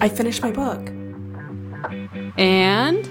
I finished my book. And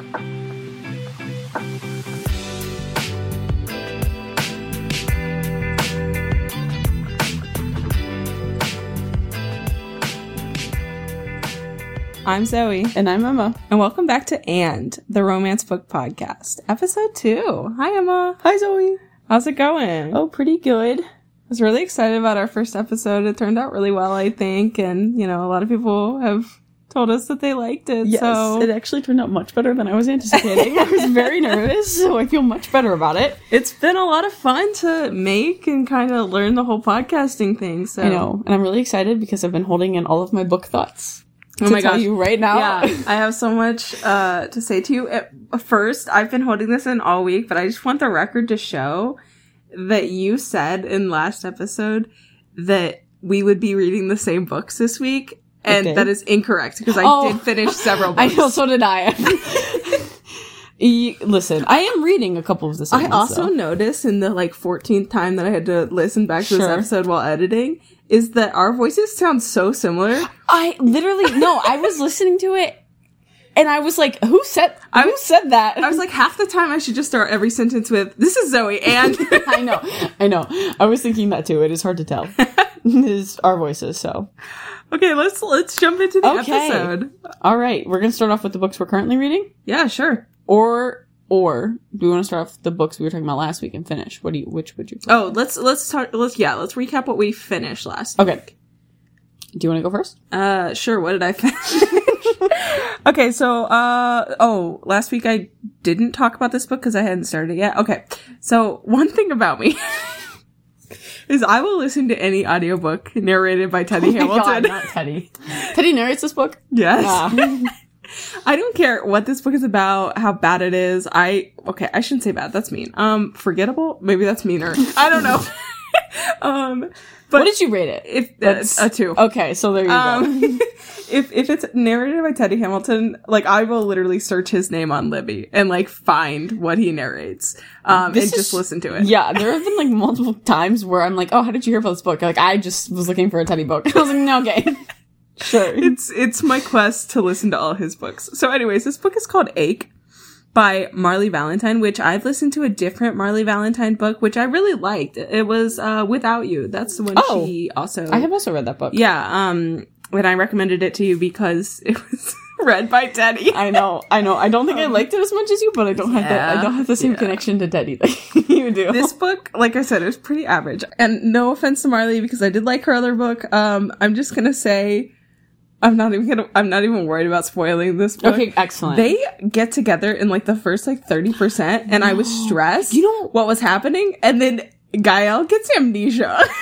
I'm Zoe. and I'm Emma. And welcome back to And, the Romance Book Podcast, episode two. Hi, Emma. Hi Zoe. How's it going? I Oh, pretty good. was really excited about our first episode. It turned out really well, I think. And, you know, a lot of people have told us that they liked it. Yes, so it actually turned out much better than I was anticipating. I was very nervous, so I feel much better about it. it's been a lot of fun to make and kind of learn the whole podcasting thing. So, I know, and I'm really excited because I've been holding in all of my book thoughts. Oh to my tell gosh. you right now. Yeah, I have so much uh, to say to you. At first, I've been holding this in all week, but I just want the record to show that you said in last episode that we would be reading the same books this week, and did? that is incorrect because I Oh. did finish several I books. know, so did I. E- Listen, I am reading a couple of the. I ones, also though. noticed in the like 14th time that I had to listen back to this Sure. episode while editing is that our voices sound so similar. I literally no. I was listening to it, and I was like, "Who said? I who was- said that?" I was like, half the time I should just start every sentence with, This is Zoe, and I know, I know. I was thinking that too. It is hard to tell. it is our voices. So, Okay, let's let's jump into the Okay. episode. all right, we're gonna start off with the books we're currently reading, Yeah, sure. or or do we want to start off with the books we were talking about last week and finish? What do you? Which would you? Oh, let's let's talk. Let's yeah, let's recap what we finished last. Okay. Do you want to go first? Uh, sure. What did I finish? okay, so uh, oh, last week I didn't talk about this book because I hadn't started it yet. Okay, so one thing about me. Is I will listen to any audiobook narrated by Teddy Hamilton. God, not Teddy. Teddy narrates this book. Yes. Ah. I don't care what this book is about, how bad it is. I okay, I shouldn't say bad. That's mean. Um, forgettable. Maybe that's meaner. I don't know. um, but what did you rate it? if that's a two. Okay, so there you go. Um, if if it's narrated by Teddy Hamilton, like I will literally search his name on Libby and like find what he narrates, um, and This just is- listen to it. Yeah, there have been like multiple times where I'm like, "Oh, how did you hear about this book?" Like, I just was looking for a Teddy book. I was like, "No, okay, sure." It's it's my quest to listen to all his books. So, anyways, this book is called Ache by Marley Valentine, which I've listened to a different Marley Valentine book, which I really liked. It was uh, Without You. That's the one Oh. she also. I have also read that book. yeah. Um, when I recommended it to you because it was read by Teddy. I know, I know. I don't think I liked it as much as you, but I don't have the, Um, Yeah, I don't have the same yeah. connection to Teddy that you do. this book, like I said, is pretty average. And no offense to Marley because I did like her other book. Um, I'm just gonna say, I'm not even gonna, I'm not even worried about spoiling this book. okay, excellent. They get together in like the first like 30%, and I was stressed. You know- what was happening? And then Gael gets amnesia.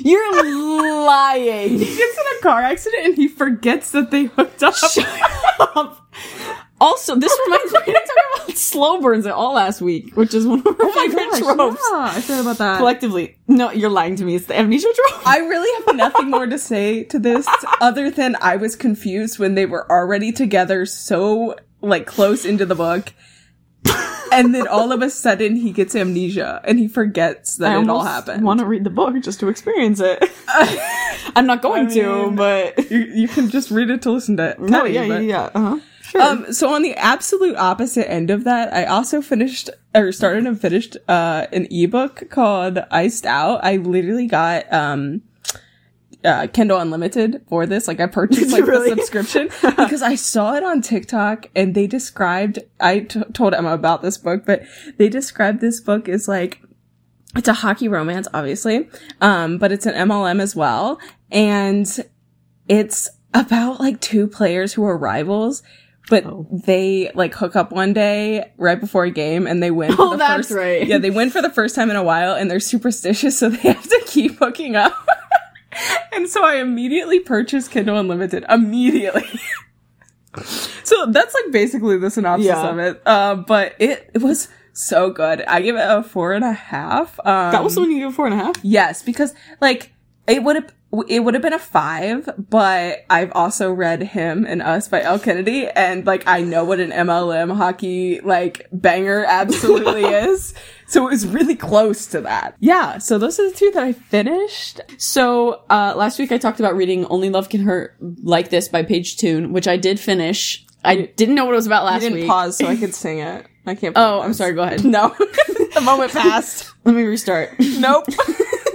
You're lying. he gets in a car accident and he forgets that they hooked up. also, this reminds me we didn't talk about slow burns at all last week, which is one of our favorite Gosh, tropes. yeah, I forgot about that. Collectively, no, you're lying to me. It's the amnesia trope. I really have nothing more to say to this other than I was confused when they were already together so like close into the book. and then all of a sudden he gets amnesia and he forgets that it all happened. Want to read the book just to experience it? I'm not going to, mean- but you, you can just read it to listen to it. no, yeah, yeah, yeah, uh-huh. sure. Um, so on the absolute opposite end of that, I also finished or started and finished uh, an ebook called Iced Out. I literally got um, uh, Kindle Unlimited for this. Like I purchased like really? the subscription because I saw it on TikTok and they described. I t- told Emma about this book, but they described this book as like it's a hockey romance, obviously, um, but it's an MLM as well, and it's about like two players who are rivals. But Oh. they like hook up one day right before a game and they win. For Oh, the that's first, right. Yeah, they win for the first time in a while and they're superstitious, so they have to keep hooking up. and so I immediately purchased Kindle Unlimited immediately. so that's like basically the synopsis Yeah. of it. Uh, but it, it was so good. I give it a four and a half. Um, that was the one you gave four and a half. Yes, because like it would have it would have been a five, but I've also read him and Us by L. Kennedy, and like I know what an MLM hockey like banger absolutely is, so it was really close to that. Yeah, so those are the two that I finished. So uh, last week I talked about reading "Only Love Can Hurt Like This" by Paige Toon, which I did finish. I didn't know what it was about I last didn't week. pause so I could sing it. I can't. Oh, I'm sorry. Go ahead. No, the moment passed. Let me restart. Nope.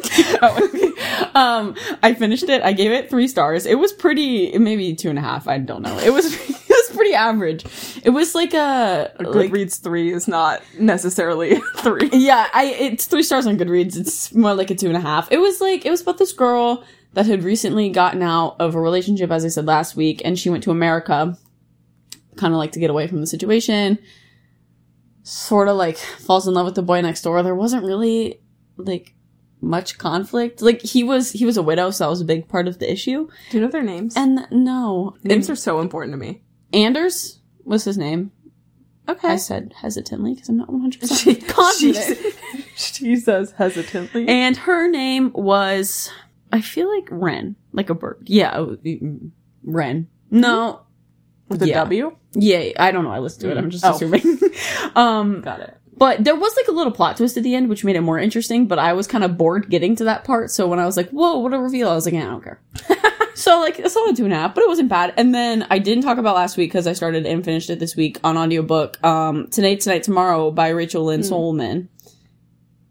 Keep going. um, I finished it. I gave it three stars. It was pretty, maybe two and a half. I don't know. It was, it was pretty average. It was like a, like, Goodreads three is not necessarily three. yeah, I, it's three stars on Goodreads. It's more like a two and a half. It was like, it was about this girl that had recently gotten out of a relationship, as I said last week, and she went to America, kind of like to get away from the situation. Sort of like falls in love with the boy next door. There wasn't really like much conflict. Like he was, he was a widow, so that was a big part of the issue. Do you know their names? And no, names are so important to me. Anders was his name. I Okay. said hesitantly because I'm not 100 Eh. She- percent confident. she says hesitantly. And her name was, I feel like Wren, like a bird. Yeah, oh, mm, Wren. No, With a Yeah. W? yeah, I don't know. I listened to it. I'm just Oh. assuming. um, Got it. but there was like a little plot twist at the end, which made it more interesting. But I was kind of bored getting to that part, so when I was like, "Whoa, what a reveal!" I was like, "I don't care." so like, it's only two and a half, but it wasn't bad. And then I didn't talk about last week because I started and finished it this week on audiobook. Um, tonight, tonight, tomorrow by Rachel Lynn Solman.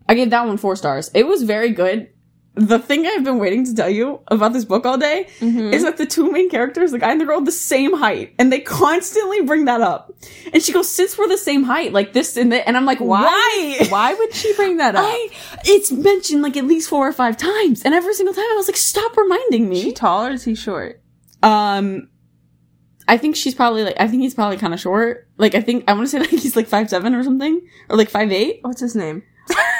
I gave that one four stars. It was very good. The thing I've been waiting to tell you about this book all day Mm-hmm. is that the two main characters, the guy and the girl, are the same height, and they constantly bring that up. And she goes, "Since we're the same height, like this and that," and I'm like, "Why? Why? Why would she bring that up? I it's mentioned like at least four or five times, and every single time I was like, "Stop reminding is he me." tall or is he short? Um, I think she's probably like I think he's probably kind of short. Like I think I want to say like he's like five seven or something, or like five eight. What's his name?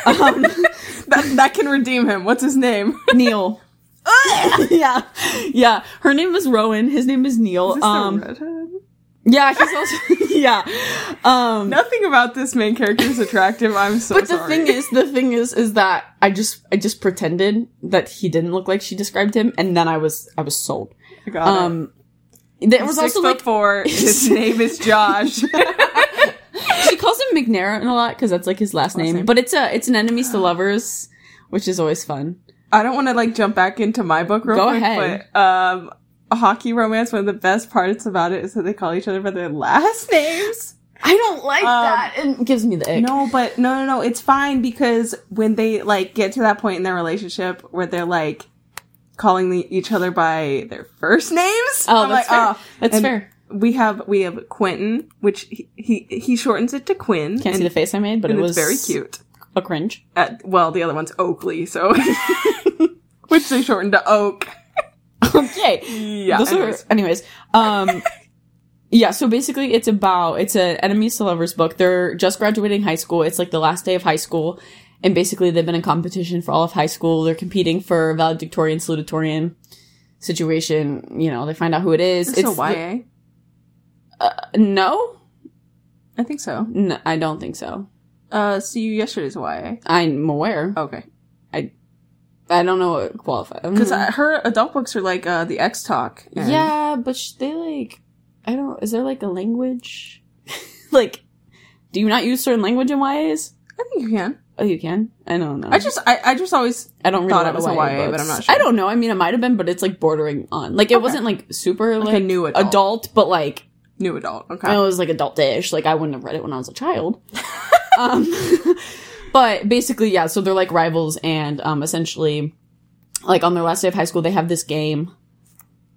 Um, that that can redeem him. What's his name? Neil. yeah, yeah. Her name is Rowan. His name is Neil. Is this the um, redhead? yeah, he's also yeah. Um, Nothing about this main character is attractive. I'm so but the sorry. thing is, the thing is, is that I just I just pretended that he didn't look like she described him, and then I was I was sold. I got it. Um, there He's was six also foot like four. His name is Josh. she calls him McNair a lot because that's like his last, name. name. But it's a it's an enemies to lovers, which is always fun. I don't want to like jump back into my book real Go quick, ahead. but um, a hockey romance. One of the best parts about it is that they call each other by their last names. I don't like Um, that. It gives me the ick. No, but no, no, no. It's fine because when they like get to that point in their relationship where they're like calling the, each other by their first names. oh, I'm that's like, fair. oh. that's And fair. We have we have Quentin, which he he, he shortens it to Quinn. Can't see the face I made, but it and was it's very cute. A cringe. Uh, well, the other one's Oakley, so which they shortened to Oak. okay. Yeah. Those anyways. are anyways. Um Yeah, so basically it's about it's a enemies to lovers book. They're just graduating high school. It's like the last day of high school. And basically they've been in competition for all of high school. They're competing for valedictorian, salutatorian situation. You know, they find out who it is. It's, a the- YA. no? I think so. No, I don't think so. Uh, see you yesterday's YA. I'm aware. Okay. I don't know what qualifies. Mm. Because her adult books are like uh, the X Talk. and- Yeah, but sh- they like I don't is there like a language? like do you not use certain language in YAs? I think you can. Oh, you can? I don't know. I just, I, I just always. I don't really thought it know was a why YA, but books. I'm not sure. I don't know. I mean, it might have been, but it's like bordering on. Like it Okay. wasn't like super like, Like a new adult. Ah. but like New adult. Okay. it was like adultish. Like I wouldn't have read it when I was a child. um, but basically, yeah. So they're like rivals, and um, essentially, like on their last day of high school, they have this game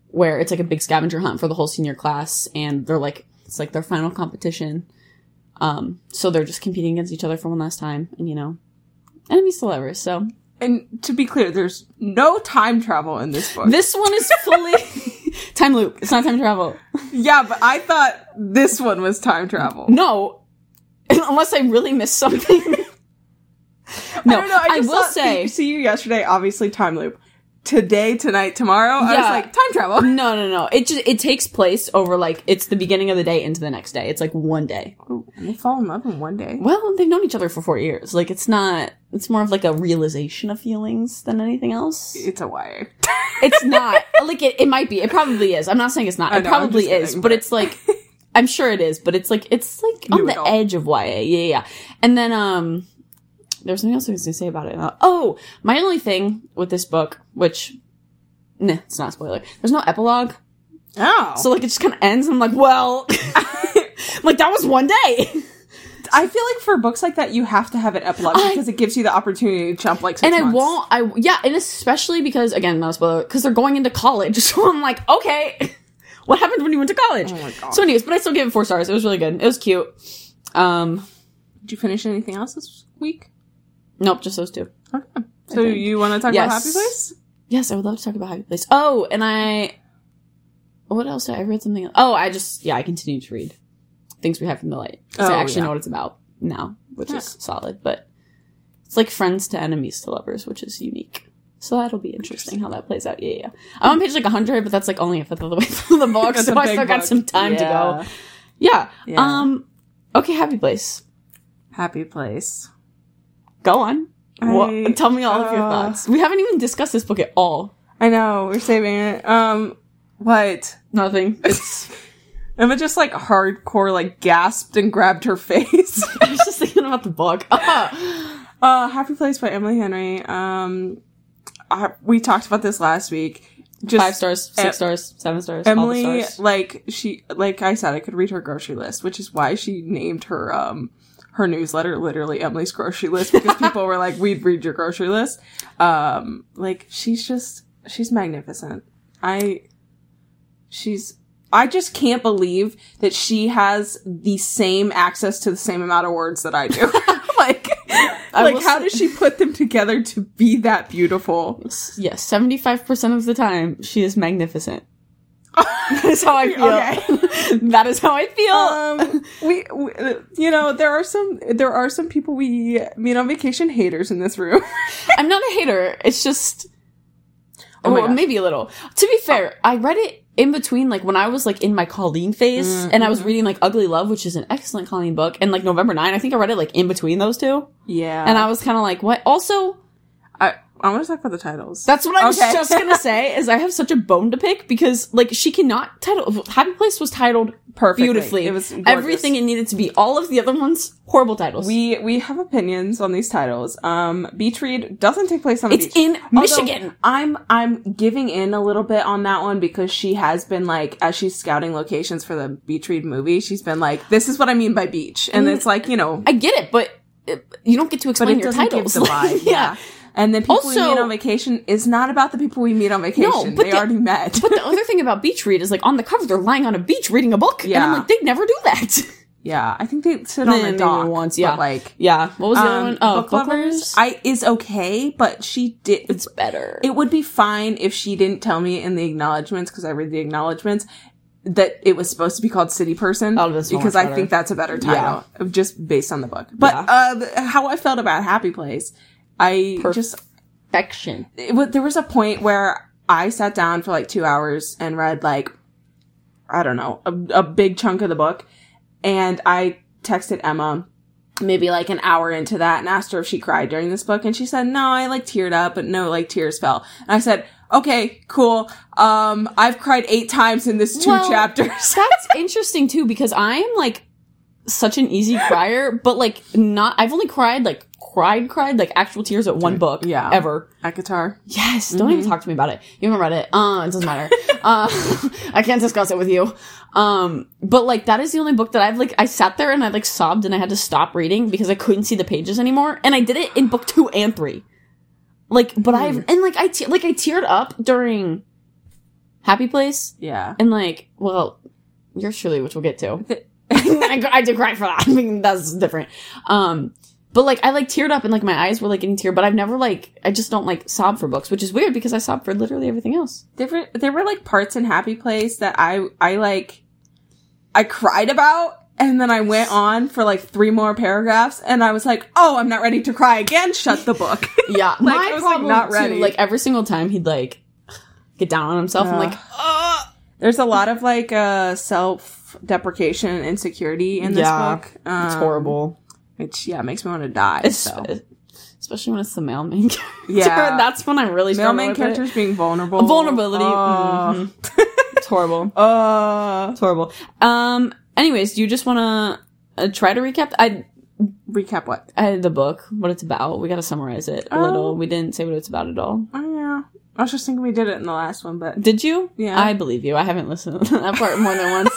where it's like a big scavenger hunt for the whole senior class, and they're like it's like their final competition. Um, so they're just competing against each other for one last time, and you know, enemies to lovers. So And to be clear, there's no time travel in this book. This one is fully time loop. It's not time travel. yeah, but I thought this one was time travel. No, unless I really missed something. no, I, just will thought, see- say see you yesterday. Obviously, time loop. today, tonight, tomorrow. I was Yeah. like, time travel. No, no, no. It just it takes place over like it's the beginning of the day into the next day. It's like one day. Ooh, they fall in love in one day. Well, they've known each other for four years. Like it's not. It's more of like a realization of feelings than anything else. It's a wire. It's not like it. It might be. It probably is. I'm not saying it's not. I It know, I'm probably just is. kidding, But but- it's like. I'm sure it is, but it's like it's like New on the adult. edge of YA. Yeah, yeah, yeah. And then um, there's something else I was gonna say about it. Uh, oh, my only thing with this book, which, nah, it's not a spoiler. There's no epilogue. Oh. So like it just kind of ends. And I'm like, well, like that was one day. I feel like for books like that, you have to have an epilogue I- because it gives you the opportunity to jump like six and I months. won't. I yeah, and especially because again, not a spoiler, because they're going into college. So I'm like, okay, what happened when you went to college? Oh my God. So anyways, but I still gave it four stars. It was really good. It was cute. Um, Did you finish anything else this week? nope, just those two. Okay. So think. you want to talk about Yes. Happy Place? Yes, I would love to talk about Happy Place. Oh, and I, what else? did I I read something. Else. Oh, I just yeah, I continue to read things we have from the light. 'Cause Oh, I actually yeah. know what it's about now, which Yeah. is solid. But it's like friends to enemies to lovers, which is unique. So that'll be interesting how that plays out. Yeah, yeah. I'm on page like 100, but that's like only a fifth of the way through the book, That's so a I big still got book. some time to Yeah. go. Yeah. Yeah. Um. Okay, Happy Place. Happy Place. Go on. I- what, tell me all of your uh, thoughts. We haven't even discussed this book at all. I know we're saving it. Um, what? Nothing. It's Emma just like hardcore like gasped and grabbed her face. I was just thinking about the book. uh, Happy Place by Emily Henry. Um, I, we talked about this last week. Just Five stars, six Em- stars, seven stars, all Emily, the stars. like she, like I said, I could read her grocery list, which is why she named her um her newsletter literally Emily's grocery list because people were like, "We'd read your grocery list." Um, like she's just she's magnificent. I she's I just can't believe that she has the same access to the same amount of words that I do. like, like will how say- does she put them together to be that beautiful? Yes, seventy-five percent of the time she is magnificent. that is how I feel. that is how I feel. um, we, we, you know, there are some there are some people we meet on vacation haters in this room. I'm not a hater. It's just, Oh my well, gosh. maybe a little. To be fair, I read it in between, like when I was like in my Colleen phase, and I was reading like Ugly Love, which is an excellent Colleen book, and like November Nine. I think I read it like in between those two, Yeah, and I was kind of like, what? Also, I I want to talk about the titles. That's what I was Okay. just gonna say. Is I have such a bone to pick because like she cannot title Happy Place was titled Perfectly. beautifully. It was gorgeous. everything it needed to be. All of the other ones horrible titles. we we have opinions on these titles. Um, Beach Read doesn't take place on the it's beach. in Although, Michigan. I'm I'm giving in a little bit on that one because she has been like as she's scouting locations for the Beach Read movie, she's been like, "This is what I mean by beach," and Mm. it's like you know, I get it, but it, you don't get to but explain it your doesn't titles. give the vibe. yeah. yeah. And the people we Also- meet on vacation is not about the people we meet on vacation. but they the- already met. But the other thing about beach read is like on the cover they're lying on a beach reading a book, and I'm Yeah. like they never do that. Yeah, I think they sit Nah, on the maybe dock once, but, yeah. like yeah. What was the other um, one? Oh, book, lovers. I is okay, but she did. it's better. it would be fine if she didn't tell me in the acknowledgments because I read the acknowledgments that it was supposed to be called City Person Oh, that's so much because I better. think that's a better title just based on the book. But Yeah. uh, the- how I felt about Happy Place, I just Perfection. it wa- there was a point where I sat down for like two hours and read like, I don't know, a, a big chunk of the book. And I texted Emma maybe like an hour into that and asked her if she cried during this book. And she said, no, I like teared up, but no, like tears fell. And I said, okay, cool. Um, I've cried eight times in this two Well, chapters. That's interesting too because I am like such an easy crier, but like not. I've only cried like cried, cried like actual tears at one book. Yeah. Mm-hmm. ever. Akatar. Yes. Don't even talk to me about it. You haven't read it. Uh, it doesn't matter. uh, I can't discuss it with you. Um, but like that is the only book that I've like. I sat there and I like sobbed and I had to stop reading because I couldn't see the pages anymore. And I did it in book two and three. Like, but Hmm. I've and like I te- like I teared up during Happy Place Yeah. and like, well, yours truly, which we'll get to. I, I did cry for that. I mean, that's different. Um, but like, I like teared up and like my eyes were like getting tear, but I've never like, I just don't like sob for books, which is weird because I sob for literally everything else. There were, there were like parts in Happy Place that I, I like, I cried about And then I went on for like three more paragraphs and I was like, oh, I'm not ready to cry again. Shut the book. Yeah, my I was, like, problem not Too, ready. like every single time he'd like get down on himself. I'm Yeah. like, "Ugh." There's a lot of like uh, self deprecation and insecurity in this Yeah, book. Um, it's horrible. Which, yeah, makes me want to die. It's, so. especially when it's the male main character. Yeah. that's when I Male really struggle main with it. characters being vulnerable. Vulnerability. Oh. mhm. It's horrible. Uh, It's horrible. Um. Anyways, do you just want to uh, try to recap? I recap what? I the book, what it's about. We got to summarize it a Oh. little. We didn't say what it's about at all. Oh, yeah. I was just thinking we did it in the last one, but Did you? Yeah. I believe you. I haven't listened to that part more than once.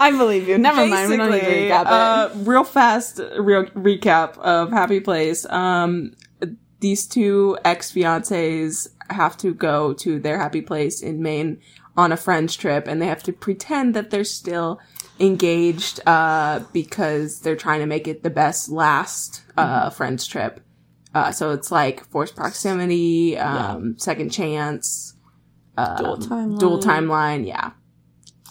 I believe you. Never mind. We don't need to Basically, recap it. uh, real fast, real recap of Happy Place. Um, these two ex fiancés have to go to their happy place in Maine on a friends trip, and they have to pretend that they're still engaged uh, because they're trying to make it the best last uh, Mm-hmm. friends trip. Uh, so it's like forced proximity, um, second chance, um, Dual timeline. dual timeline, yeah.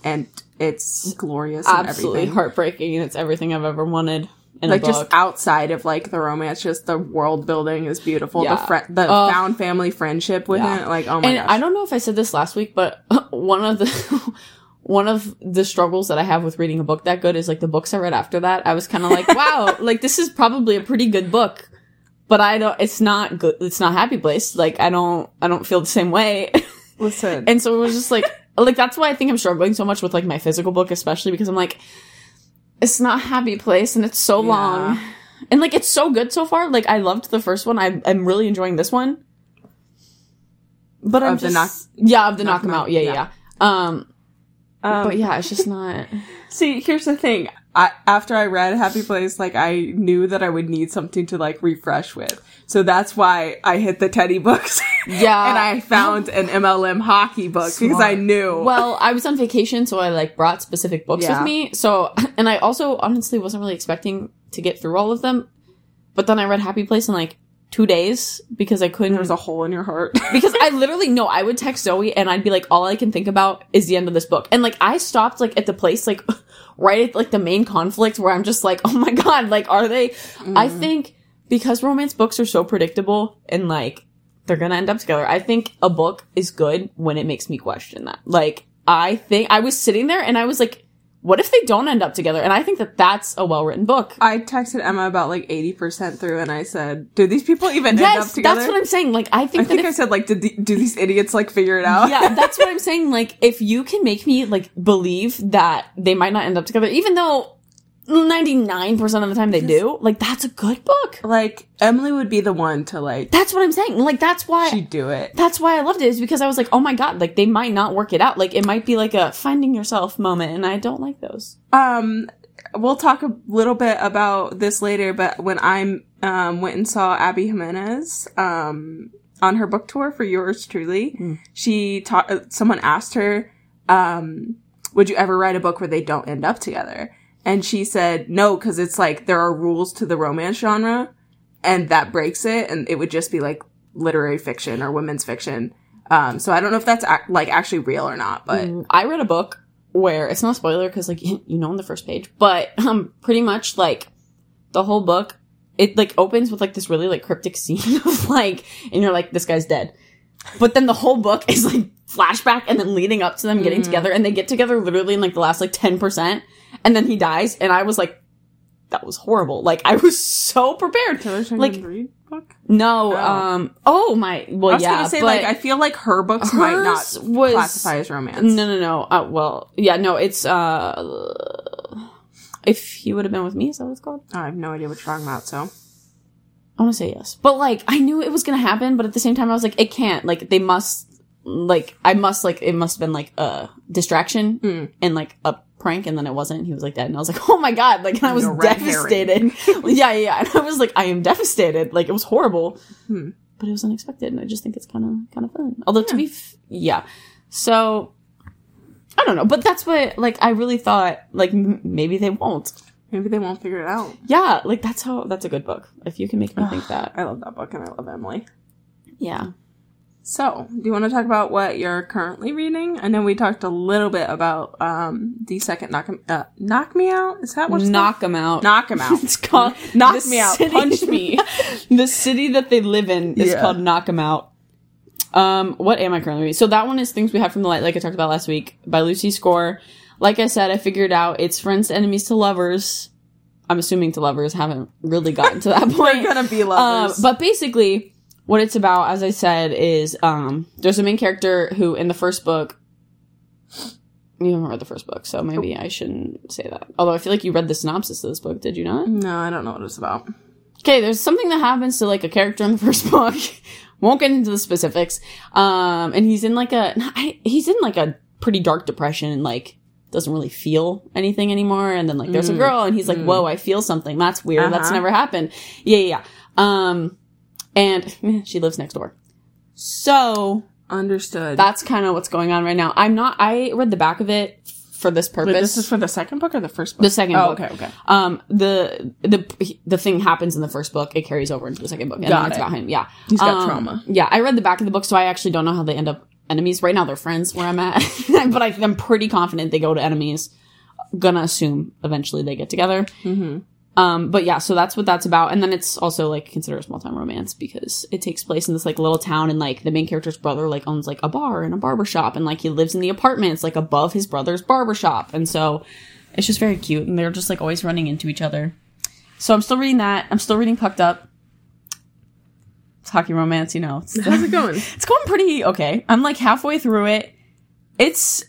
And it's glorious. and absolutely everything. heartbreaking and it's everything I've ever wanted in like a just book. outside of like the romance, just the world building is beautiful. Yeah. The friend, the Oh. found family friendship with Yeah. it, like oh my and gosh, I don't know if I said this last week, but one of the one of the struggles that I have with reading a book that good is like the books I read after that. I was kind of like, wow, like this is probably a pretty good book, but I don't. It's not good. It's not Happy Place. Like I don't. I don't feel the same way. listen, and so it was just like like that's why I think I'm struggling so much with like my physical book, especially because I'm like, it's not Happy Place, and it's so Yeah. long. And like it's so good so far. Like I loved the first one. I'm I'm really enjoying this one. But I'm Of the just knock- yeah of the knock knock, 'em 'em out. out, Yeah, yeah. yeah. yeah. Um, Um, but yeah, it's just not. See, here's the thing. I, after I read Happy Place, like I knew that I would need something to like refresh with. So that's why I hit the Teddy books. Yeah. and I found an MLM hockey book because I Smart. knew. Well, I was on vacation, so I like brought specific books Yeah. with me. So, and I also honestly wasn't really expecting to get through all of them. But then I read Happy Place in like two days because I couldn't. there's a hole in your heart. because I literally no, I would text Zoe and I'd be like, all I can think about is the end of this book. And like I stopped like at the place like right at like the main conflict where I'm just like, oh my god, like are they? I Mm. think because romance books are so predictable and like they're gonna end up together. I think a book is good when it makes me question that. Like I think I was sitting there and I was like, what if they don't end up together? And I think that that's a well written book. I texted Emma about like 80% through and I said, do these people even end up Yes, together? that's what I'm saying. Like I think I that think if I said like, did the, do these idiots like figure it out? yeah, that's what I'm saying. Like, if you can make me like believe that they might not end up together, even though 99% of the time they do, like that's a good book. like Emily would be the one to like, That's what I'm saying. Like, that's why she'd do it. that's why I loved it is because I was like, oh my god, like they might not work it out. Like it might be like a finding yourself moment, and I don't like those. Um, we'll talk a little bit about this later, but when I um, went and saw Abby Jimenez um, on her book tour for yours truly, she taught, someone asked her, um, would you ever write a book where they don't end up together? And she said, no, because it's like there are rules to the romance genre and that breaks it. And it would just be like literary fiction or women's fiction. Um, so I don't know if that's ac- like actually real or not, but Mm, I read a book where it's not a spoiler because like you know on the first page, but um pretty much like the whole book it like opens with like this really like cryptic scene of like and you're like this guy's dead. But then the whole book is like flashback and then leading up to them Mm-hmm. getting together and they get together literally in like the last like 10% and then he dies and I was like that was horrible. Like I was so prepared. Like read book? no, Oh. um oh my well I was yeah, gonna say but like I feel like her books might hers not was- classify as romance. No, no, no. Uh, well, yeah, no. It's uh, if you would have been with me, is that what it's called? I have no idea what you're talking about. So I want to say yes, but like I knew it was gonna happen, but at the same time, I was like, it can't. Like they must. Like I must. Like it must have been like a distraction Mm. and like a prank, and then it wasn't. He was like dead, and I was like, oh my god! Like and I was You're a red devastated. yeah, yeah, yeah. And I was like, I am devastated. Like it was horrible, Hmm. but it was unexpected, and I just think it's kind of kind of fun. Although to be, f- yeah. So I don't know, but that's what like I really thought. Like m- maybe they won't. maybe they won't figure it out. Yeah, like that's how. That's a good book if you can make me think that. I love that book and I love Emily. Yeah. So, do you want to talk about what you're currently reading? I know we talked a little bit about um, the second knock, 'Em- uh, knock me out. Is that what it's Knock them out. called? knock him out? it's called knock the me out. city- Punch me. the city that they live in is Yeah. called Knock 'em Out. Um, what am I currently reading? So that one is Things We Had from the Light, like I talked about last week, by Lucy Score. Like I said, I figured out it's friends to enemies to lovers. I'm assuming to lovers haven't really gotten to that point. We're gonna be Um, lovers. but basically, what it's about, as I said, is um, there's a main character who, in the first book, you haven't read the first book, so maybe I shouldn't say that. Although I feel like you read the synopsis of this book, did you not? no, I don't know what it's about. Okay, there's something that happens to like a character in the first book. Won't get into the specifics. Um, and he's in like a I- he's in like a pretty dark depression and like doesn't really feel anything anymore. And then like there's a girl and he's like, "Whoa, I feel something. That's weird. That's Mm, Uh-huh. never happened." Yeah, yeah. yeah. Um, and eh, she lives next door. So Understood. that's kind of what's going on right now. I'm not. I read the back of it for this Wait, purpose. this is for the second book or the first book? The second Oh, book. okay, okay. Um, the the the thing happens in the first book. It carries over into the second book, and Got then it's it. about him. Yeah, He's got Um, trauma. Yeah, I read the back of the book, so I actually don't know how they end up enemies. Right now, they're friends where I'm at, but I, I'm pretty confident they go to enemies. Gonna assume eventually they get together. hmm Um, but yeah, so that's what that's about. And then it's also like considered a small time romance because it takes place in this like little town and like the main character's brother like owns like a bar and a barber shop and like he lives in the apartments like above his brother's barber shop. And so it's just very cute and they're just like always running into each other. So I'm still reading that. I'm still reading Pucked Up. It's hockey romance, you know. It's, How's it going? it's going pretty okay. I'm like halfway through it. It's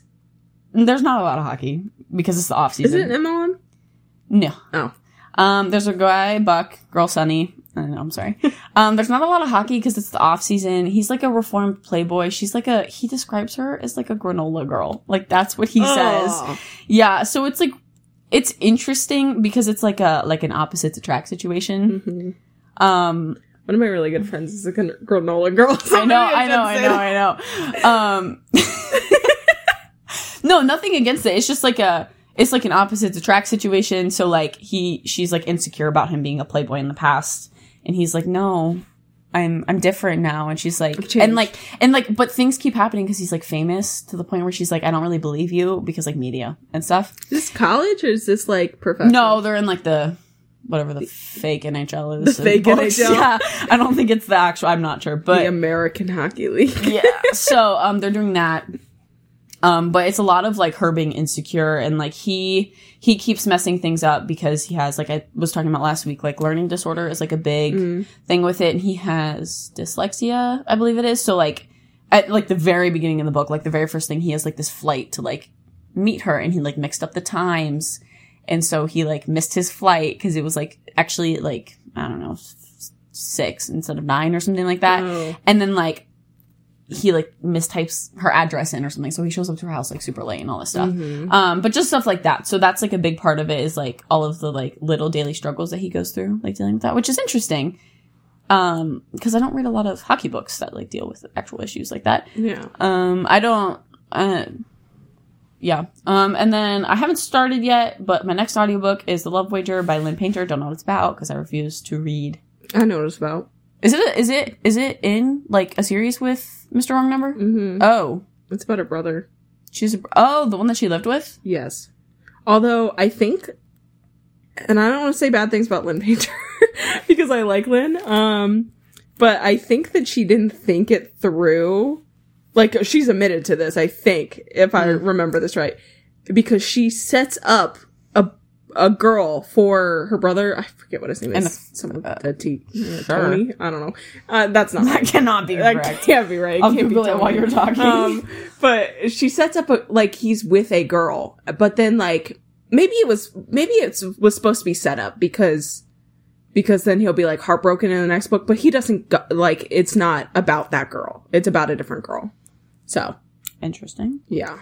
there's not a lot of hockey because it's the off is season. it MLM? no. Oh, Um, there's a guy, Buck, girl Sunny. I know, I'm sorry. Um, there's not a lot of hockey because it's the off season. He's like a reformed playboy. She's like a, he describes her as like a granola girl. Like that's what he Oh. says. Yeah. So it's like, it's interesting because it's like a, like an opposites attract situation. hmm Um, One of my really good friends is a gran- granola girl. so I know, maybe I know, shouldn't I say know, that. I know. Um, no, nothing against it. It's just like a, it's like an opposites attract situation. So like he, she's like insecure about him being a playboy in the past, and he's like, no, I'm, I'm different now. And she's like, changed. and like, and like, but things keep happening because he's like famous to the point where she's like, I don't really believe you because like media and stuff. Is this college or is this like professional? No, they're in like the whatever the fake NHL is. The in fake books. NHL. Yeah, I don't think it's the actual. I'm not sure, but the American Hockey League. yeah. So um, they're doing that. Um, but it's a lot of like her being insecure and like he he keeps messing things up because he has like I was talking about last week like learning disorder is like a big thing with it and he has dyslexia I believe it is so like at like the very beginning of the book like the very first thing he has like this flight to like meet her and he like mixed up the times and so he like missed his flight because it was like actually like I don't know s- six instead of nine or something like that Oh. and then like he like mistypes her address in or something so he shows up to her house like super late and all this stuff Mm-hmm. um but just stuff like that so that's like a big part of it is like all of the like little daily struggles that he goes through like dealing with that which is interesting um because i don't read a lot of hockey books that like deal with actual issues like that Yeah. um i don't uh yeah um and then i haven't started yet but my next audiobook is the love wager by lynn painter don't know what it's about because i refuse to read I know what it's about. is it a, is it is it in like a series with Mr. Wrong Number? hmm Oh, It's about her brother. she's a, oh the one that she lived with. Yes. Although I think, and I don't want to say bad things about Lynn Painter because I like Lynn. Um, but I think that she didn't think it through. Like she's admitted to this, I think, if I Mm-hmm. remember this right, because she sets up a a girl for her brother. I forget what his name And is. the- Something with the T. yeah, Sure. Tony. I don't know. Uh, that's not right. That cannot be That can't be right. It I'll can't be Google it Tony. while you're talking. Um, but she sets up a, like he's with a girl, but then like maybe it was maybe it's was supposed to be set up because because then he'll be like heartbroken in the next book, but he doesn't go, like it's not about that girl. It's about a different girl. So Interesting. yeah,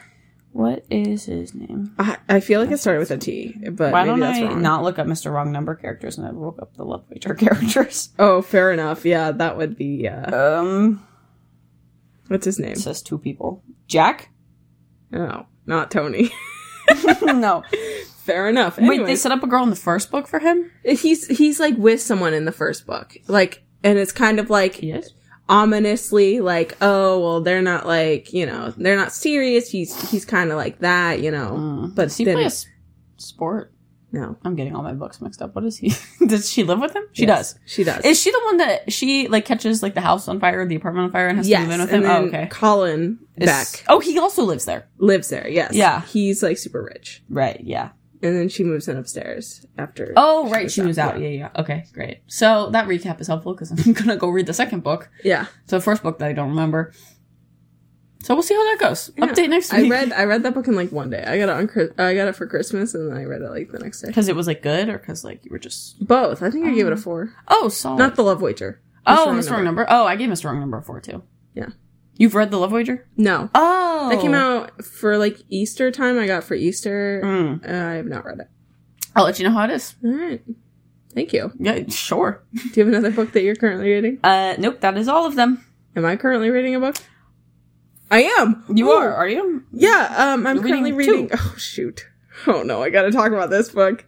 What is his name? I, I feel like it started with a T, but Why maybe don't that's I wrong. not look up Mr. Wrong Number characters and I look up the Love Wager characters? Oh, fair enough. Yeah, that would be. Uh, Um, what's his name? it says two people. Jack? Oh, not Tony. no. fair enough. Wait, Anyways. they set up a girl in the first book for him. he's he's like with someone in the first book like and it's kind of like is. ominously like, oh, well, they're not like, you know, they're not serious. He's, he's kind of like that, you know, Mm. but Does he then- play a s- sport? no. I'm getting all my books mixed up. What is he? does she live with him? She Yes, does. She does. Is she the one that she like catches like the house on fire, the apartment on fire, and has yes. to move in with him? and then oh, okay. Colin Is- Beck Oh, he also lives there. lives there. Yes. Yeah. He's like super rich. Right. Yeah. And then she moves in upstairs after. Oh, right. She moves moves out, out. Yeah. Yeah. Okay. Great. So that recap is helpful because I'm gonna go read the second book. Yeah. So the first book that I don't remember. So we'll see how that goes. Yeah. Update next I week. read I read that book in like one day. I got it on Chris- I got it for Christmas and then I read it like the next day. because it was like good or because like you were just Both. I think I gave it a Um, four. oh solid. Not the Love Wager. oh, Wrong Mr. Wrong Number. Oh, I gave Mr. Wrong Number a four too. Yeah. You've read The Love Wager? No, Oh, that came out for like Easter time. I got it for Easter. Mm. Uh, I have not read it. I'll let you know how it is. All right. Thank you. Yeah, sure. Do you have another book that you're currently reading? Uh, nope, that is all of them. Am I currently reading a book? I am. You Ooh. are, are you? Yeah. Um, I'm You're currently reading reading. Oh shoot. Oh no, I got to talk about this book,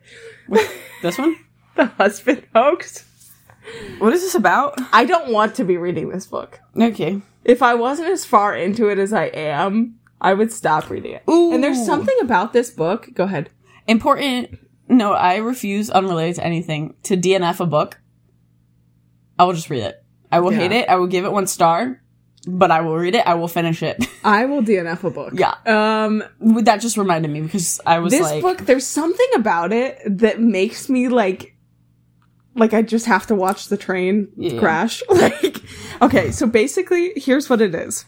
This one? The Husband Hoax. What is this about? I don't want to be reading this book. Okay. if I wasn't as far into it as I am, I would stop reading it. Ooh. And there's something about this book. Go ahead. important. No, I refuse, unrelated to anything, to DNF a book. I will just read it. I will Yeah. hate it. I will give it one star, but I will read it. I will finish it. I will DNF a book. yeah. Um, That just reminded me because I was this like, book, there's something about it that makes me like, like I just have to watch the train Yeah. crash. Like, okay, so basically, here's what it is.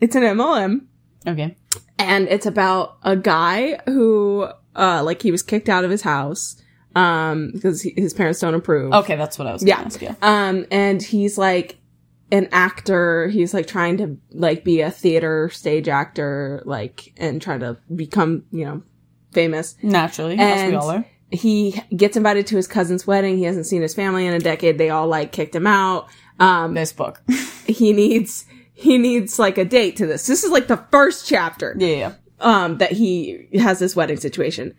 It's an MLM. okay. and it's about a guy who uh like he was kicked out of his house um because he- his parents don't approve Okay, that's what I was going to Yeah. ask you. um and he's like an actor he's like trying to like be a theater stage actor like and trying to become you know famous Naturally, as And- we all are. he gets invited to his cousin's wedding he hasn't seen his family in a decade they all like kicked him out um This book. he needs he needs like a date to this this is like the first chapter Yeah, yeah. um, that he has this wedding situation.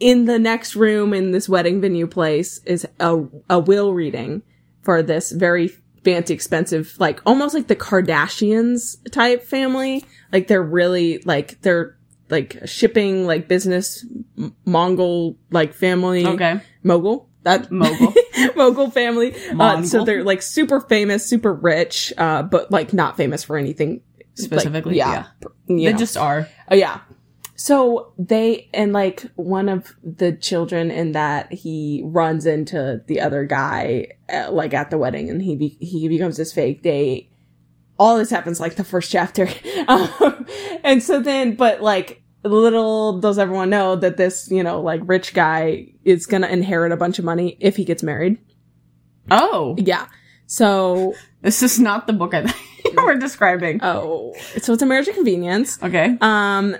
In the next room in this wedding venue place is a, a will reading for this very fancy, expensive, like almost like the Kardashians type family. Like they're really like, they're like a shipping, like business m- Mongol, like family. Okay. Mogul. That Mogul. mogul family. Uh, so Mongol. they're like super famous, super rich, uh, but like not famous for anything Specifically, yeah. yeah. You They know. just are. Oh yeah. So they and like one of the children in that he runs into the other guy uh, like at the wedding and he be- he becomes this fake date. All this happens like the first chapter, um, and so then but like little does everyone know that this you know like rich guy is gonna inherit a bunch of money if he gets married. Oh, Yeah. So this is not the book I you were describing. oh so it's a marriage of convenience. Okay. Um,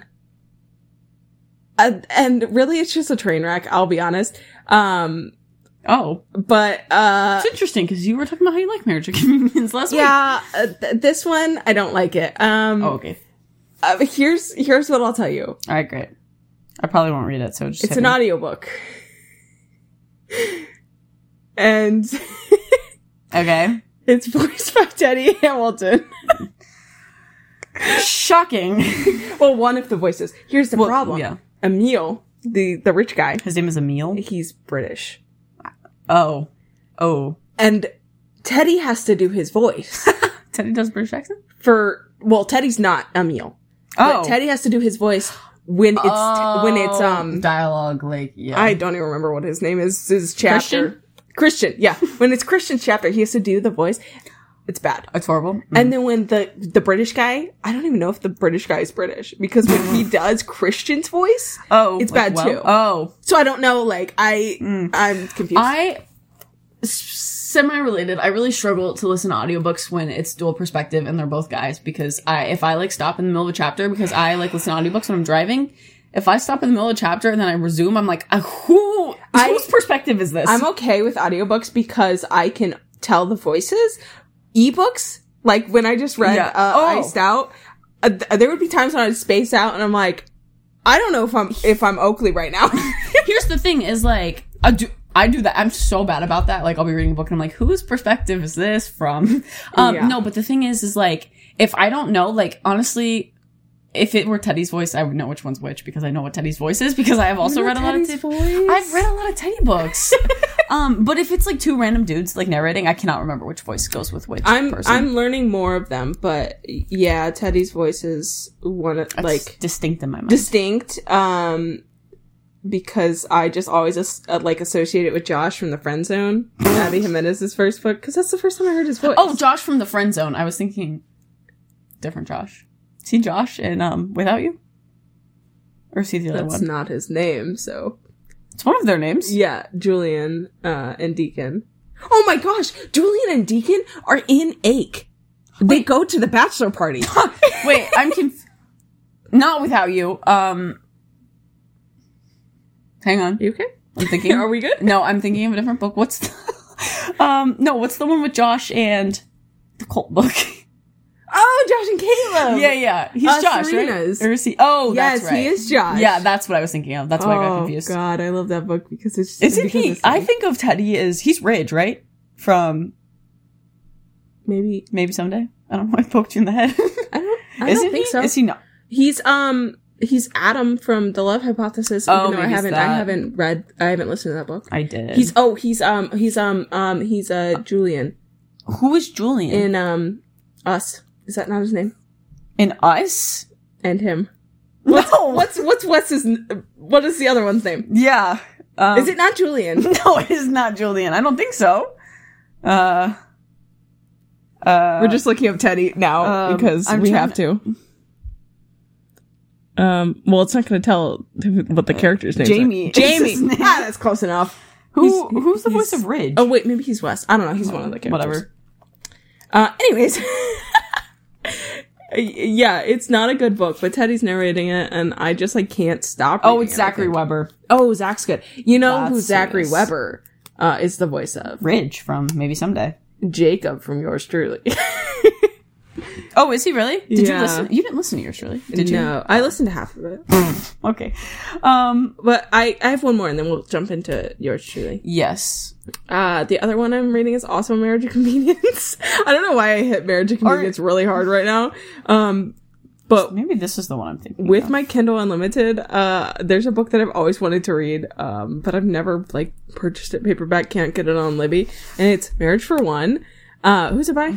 uh, and really, it's just a train wreck. I'll be honest. Um, Oh, but uh, it's interesting because you were talking about how you like marriage of convenience last week. yeah, uh, th- this one I don't like it. Um, Oh, okay. uh, here's here's what I'll tell you. All right, great. I probably won't read it, so just It's hit an me. audiobook. and okay. it's voiced by Teddy Hamilton. Shocking. well, one of the voices. Here's the Well, problem. yeah. Emil, the the rich guy, His name is Emil. he's British. Oh, oh. And Teddy has to do his voice. Teddy does British accent. for well, Teddy's not Emil. Oh, Oh. But Teddy has to do his voice when it's when it's um dialogue like yeah. I don't even remember what his name is. His chapter Christian? Christian, yeah. when it's Christian's chapter, he has to do the voice. It's bad. it's horrible. And then when the the British guy, I don't even know if the British guy is British because when he does Christian's voice, oh, it's bad like, well, too. Oh, so I don't know. Like I, Mm. I'm confused. I semi related. I really struggle to listen to audiobooks when it's dual perspective and they're both guys because I if I like stop in the middle of a chapter because I like listen to audiobooks when I'm driving. If I stop in the middle of a chapter and then I resume, I'm like, ah, who I- whose perspective is this? I'm okay with audiobooks because I can tell the voices. Ebooks, like when I just read Yeah. uh, Oh. Iced Out, uh, th- there would be times when I'd space out and I'm like, I don't know if I'm if I'm Oakley right now. Here's the thing: is like, I do, I do that. I'm so bad about that. Like I'll be reading a book and I'm like, whose perspective is this from? Um, Yeah. no, but the thing is, is like, if I don't know, like honestly, if it were Teddy's voice, I would know which one's which because I know what Teddy's voice is because I have also know read a lot of Teddy's Ted- voice? I've read a lot of Teddy books. um, but if it's like two random dudes like narrating, I cannot remember which voice goes with which I'm person. I'm learning more of them, but yeah, Teddy's voice is one of That's like distinct in my mind. distinct um because I just always as- uh, like associate it with Josh from the Friend Zone, Abby Jimenez's first book, because that's the first time I heard his voice. oh, Josh from the friend zone. I was thinking different Josh. See Josh and um without you, or see the other that's one. not his name. So it's one of their names. yeah, Julian uh, and Deacon. Oh my gosh, Julian and Deacon are in Ache. They go to the bachelor party. Wait, I'm conf- not without you. Um, hang on, you okay? I'm thinking. Are we good? No, I'm thinking of a different book. What's the? um, no, what's the one with Josh and the cult book? Oh, Josh and Caleb. yeah, yeah, he's Uh, Josh, Serena's. right? Or is he? Oh, Yes, that's right. he is Josh. Oh, Yeah, that's what I was thinking of. That's why I got confused. God, I love that book because it's Isn't because he? it's I like- think of Teddy as he's Ridge, right? From maybe maybe someday. I don't know. why I poked you in the head. I don't. I Isn't don't think he? so. Is he not? He's um he's Adam from the Love Hypothesis. Oh, even though I maybe it's haven't that. I haven't read I haven't listened to that book. I did. He's oh he's um he's um um he's uh Julian who is Julian in um Us. Is that not his name? in Us? And him. no. What's what's what's his n- what is the other one's name? Yeah. Um, Is it not Julian? No, it is not Julian. I don't think so. Uh, uh, We're just looking up Teddy now Um, because I'm we trying have to. Um. Well, it's not going to tell who- what the character's name Jamie is. is his name. Ah, that's close enough. who he's- who's the voice he's- of Ridge? Oh wait, maybe he's Wes. I don't know. He's one of the characters. whatever. Uh, anyways. yeah, it's not a good book, but Teddy's narrating it, and I just like can't stop. Oh, reading it's it, I Zachary think. Weber. Oh, Zach's good. You know That's who Zachary serious. Weber uh, is the voice of? Ridge from maybe someday. Jacob from Yours Truly. Oh, is he really? Did you Yeah. listen? You didn't listen to yours, really? Did no, I listened to half of it, you? Okay. Um. but I I have one more, and then we'll jump into Yours Truly. Yes. Uh, the other one I'm reading is also Marriage of Convenience. I don't know why I hit Marriage of Convenience really hard right now. Um, but Maybe this is the one I'm thinking. with of. my Kindle Unlimited, uh, there's a book that I've always wanted to read, um, but I've never like purchased it paperback. Can't get it on Libby, and it's Marriage for One. Uh, who's it by?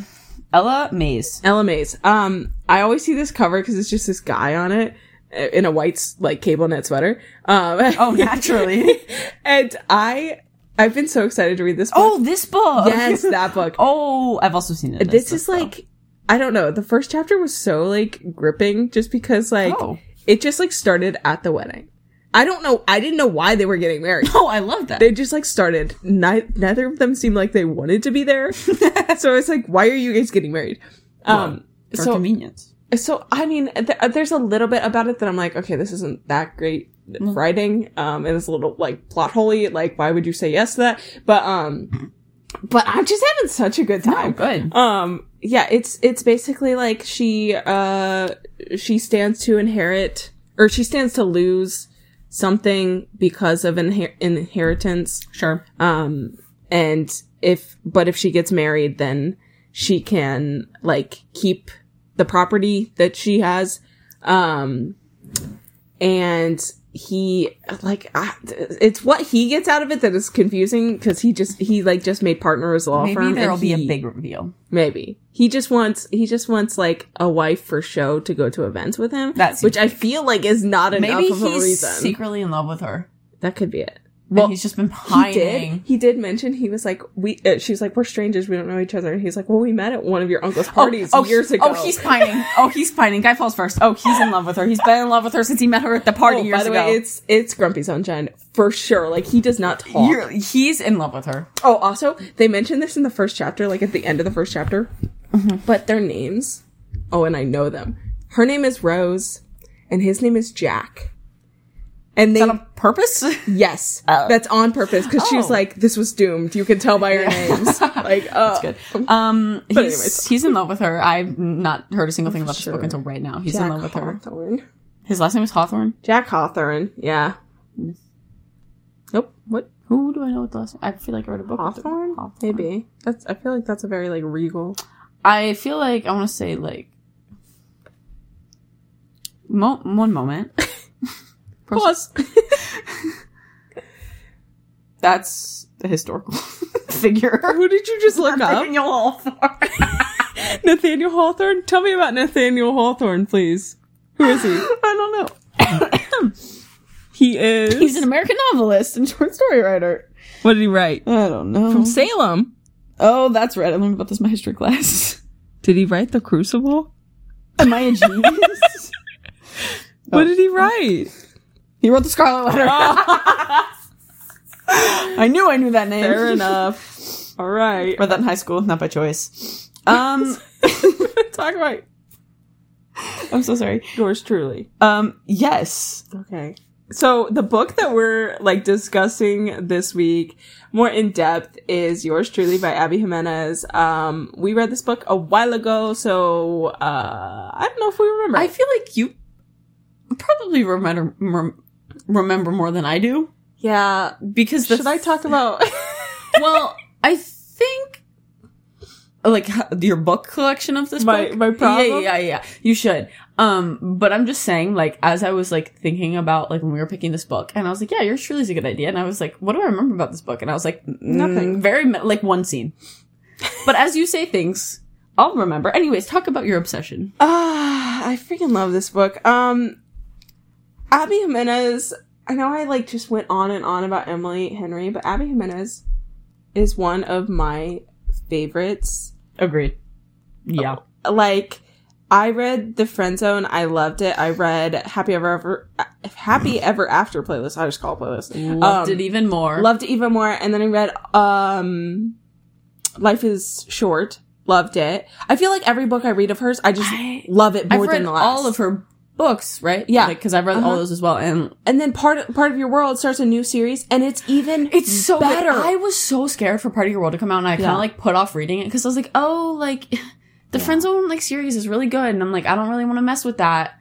Ella Mays. Ella Mays. Um, I always see this cover because it's just this guy on it uh, in a white like cable knit sweater. Um, Oh, naturally. and I, I've been so excited to read this. book. oh, this book. yes, that book. Oh, I've also seen it. this is like i don't know the first chapter was so like gripping just because like Oh. it just like started at the wedding i don't know i didn't know why they were getting married Oh, I love that. they just like started Ni- neither of them seemed like they wanted to be there so it's like why are you guys getting married um For so Oh, convenience. so i mean th- uh, there's a little bit about it that i'm like okay this isn't that great writing um and it's a little like plot holy like why would you say yes to that but um but i'm just having such a good Oh, time good. um yeah it's it's basically like she uh she stands to inherit or she stands to lose something because of inher- inheritance Sure. um and if but if she gets married then she can like keep the property that she has um and he like I, it's what he gets out of it that is confusing because he just he like just made partner his law firm Maybe and there'll be a he- big reveal. Maybe he just wants he just wants like a wife for show to go to events with him. That seems which I feel like is not enough Maybe of a he's reason. secretly in love with her. that could be it. Well, he's just been He hiding. did. He did mention he was like we. Uh, she was like we're strangers. We don't know each other. And he's like, well, we met at one of your uncle's parties years he- ago. Oh, he's pining. Oh, he's pining. Guy falls first. Oh, he's in love with her. He's been in love with her since he met her at the party Oh, years by the ago. way, it's it's Grumpy Sunshine for sure. Like he does not talk. You're- he's in love with her. Oh, also they mentioned this in the first chapter, like at the end of the first chapter. Mm-hmm. But their names. Oh, and I know them. Her name is Rose, and his name is Jack. And they On purpose? yes, Oh. that's on purpose because she was Oh. like, "This was doomed." You can tell by her names. Like, uh, that's Good. Um, he's, anyways. he's in love with her. I've not heard a single thing about this Sure. book until right now. He's Jack in love with her. Hawthorne. His last name is Hawthorne. Jack Hawthorne. Yeah, Nope. What? Who do I know what the last? I feel like I read a book. with them. Hawthorne? Hawthorne. Maybe. That's I feel like that's a very like regal. I feel like I want to say like. Mo- one moment. Plus That's the historical figure. who did you just look up? Nathaniel Hawthorne? Tell me about Nathaniel Hawthorne, please. Who is he? I don't know. He is He's an American novelist and short story writer. What did he write? I don't know. From Salem. oh, that's right. I learned about this in my history class. Did he write The Crucible? Am I a genius? What did he write? he wrote the Scarlet Letter. I knew I knew that name. Fair enough. All right. Read that in high school, not by choice. Um, Talk about I'm so sorry. yours truly. Um, yes. Okay. So the book that we're like discussing this week more in depth is Yours Truly by Abby Jimenez. Um, we read this book a while ago, so uh, I don't know if we remember. I feel like you probably remember rem- remember more than I do yeah. because the Should I talk about? well, I think like h- your book collection of this My- book. my problem? Yeah, yeah, yeah. You should. Um, but I'm just saying, like, as I was like thinking about like when we were picking this book, and I was like, yeah, yours truly is a good idea. And I was like, what do I remember about this book? And I was like, nothing. Nothing. Very mi- like one scene. but as you say things, I'll remember. Anyways, talk about your obsession. Ah, I freaking love this book. Um, Abby Jimenez. I know I like just went on and on about Emily Henry, but Abby Jimenez is one of my favorites. Agreed. Yeah. Like, I read The Friend Zone. I loved it. I read Happy Ever Ever Happy Ever After playlist. I just call it playlist. Loved Um, it even more. Loved it even more. And then I read um, Life Is Short. Loved it. I feel like every book I read of hers, I just I- love it I've more read than the last. all of her books, right? Yeah. Like, cause I've read all Uh-huh. those as well. And and then part of, part of your world starts a new series and it's even It's so good. better. I was so scared for Part of Your World to come out, and I kind Yeah. of like put off reading it because I was like, oh, like the Friend Zone like series is really good, and I'm like, I don't really want to mess with that.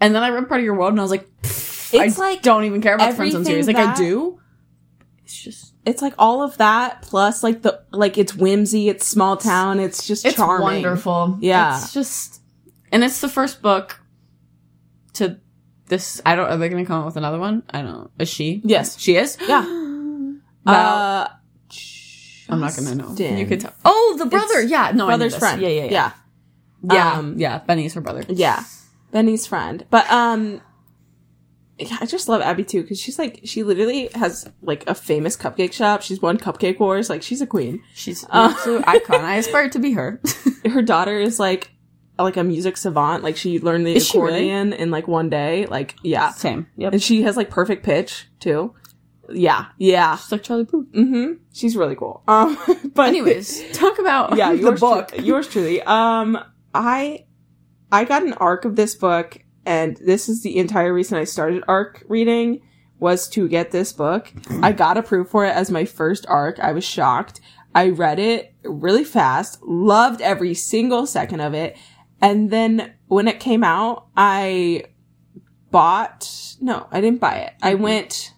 And then I read Part of Your World, and I was like, It's I like don't even care about the Friend Zone everything series. Like I that- do. It's just it's like all of that plus like the like it's whimsy, it's small town, it's just it's charming. wonderful. Yeah. it's just, and it's the first book to this. I don't. Are they going to come out with another one? I don't. Is she? Yes. she is. Yeah. About- Uh, I'm not gonna know. Justin. You could tell. Oh, the brother. It's yeah, no, I knew brother's this. friend. Yeah, yeah, yeah. yeah. Yeah, Um, yeah. Benny's her brother. Yeah. Benny's friend. But um yeah, I just love Abby too cuz she's like she literally has like a famous cupcake shop. She's won cupcake wars. Like she's a queen. She's an Uh. absolute icon. I aspire to be her. Her daughter is like like a music savant. Like she learned the Is she really? accordion in like one day. Like yeah. Same. Yep. And she has like perfect pitch too. Yeah. Yeah. She's like Charlie Pooh. Mhm. She's really cool. Um but Anyways, talk about yeah, the yours book. tru- yours truly. Um, I I got an arc of this book, and this is the entire reason I started arc reading was to get this book. I got approved for it as my first arc. I was shocked. I read it really fast, loved every single second of it, and then when it came out, I bought. No, I didn't buy it. I went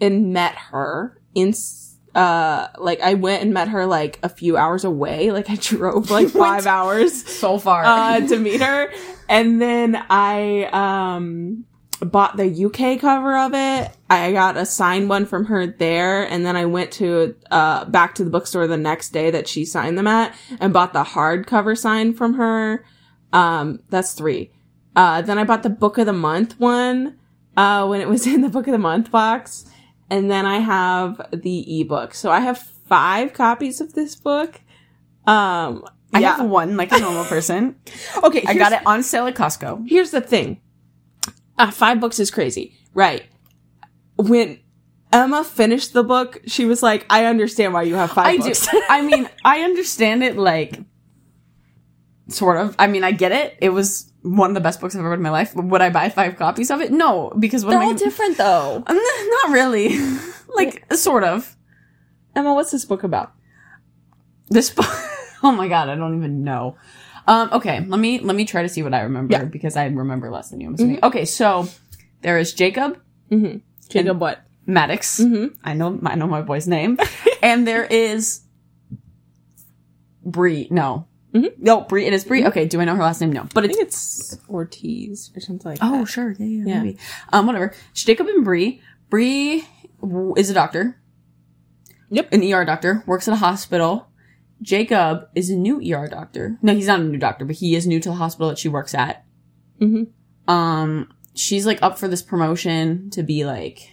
and met her in s- uh like I went and met her like a few hours away. Like I drove like five hours so far. uh to meet her. And then I um bought the UK cover of it. I got a signed one from her there and then I went to uh back to the bookstore the next day that she signed them at and bought the hardcover sign from her. Um that's 3. Uh then I bought the book of the month one uh when it was in the book of the month box and then I have the ebook. So I have 5 copies of this book. Um I yeah. have one like a normal person. okay, I here's- got it on sale at Costco. here's the thing uh, five books is crazy right when emma finished the book she was like i understand why you have five books do. I mean, I understand it like sort of. I mean, I get it. It was one of the best books I've ever read in my life. Would I buy five copies of it? No, because what am I gonna- different though Um, Not really. like, sort of. emma what's this book about This book. oh my god, I don't even know. Um, okay, let me let me try to see what I remember Yeah. Mm-hmm. Mm-hmm. because I remember less than you. I'm assuming. Okay, so there is Jacob, jacob what Maddox. Mhm. I know I know my boy's name. and there is Bree. No. Mhm. No, Bree. It is Bree. Okay, do I know her last name? No. But I it's think it's Ortiz or something like Oh, that. sure. Yeah, yeah, Yeah. maybe. Um, whatever. Jacob and Bree. Bree w- is a doctor. Yep. An ER doctor. Works at a hospital. Jacob is a new ER doctor. No, he's not a new doctor, but he is new to the hospital that she works at. Mhm. Um, she's like up for this promotion to be like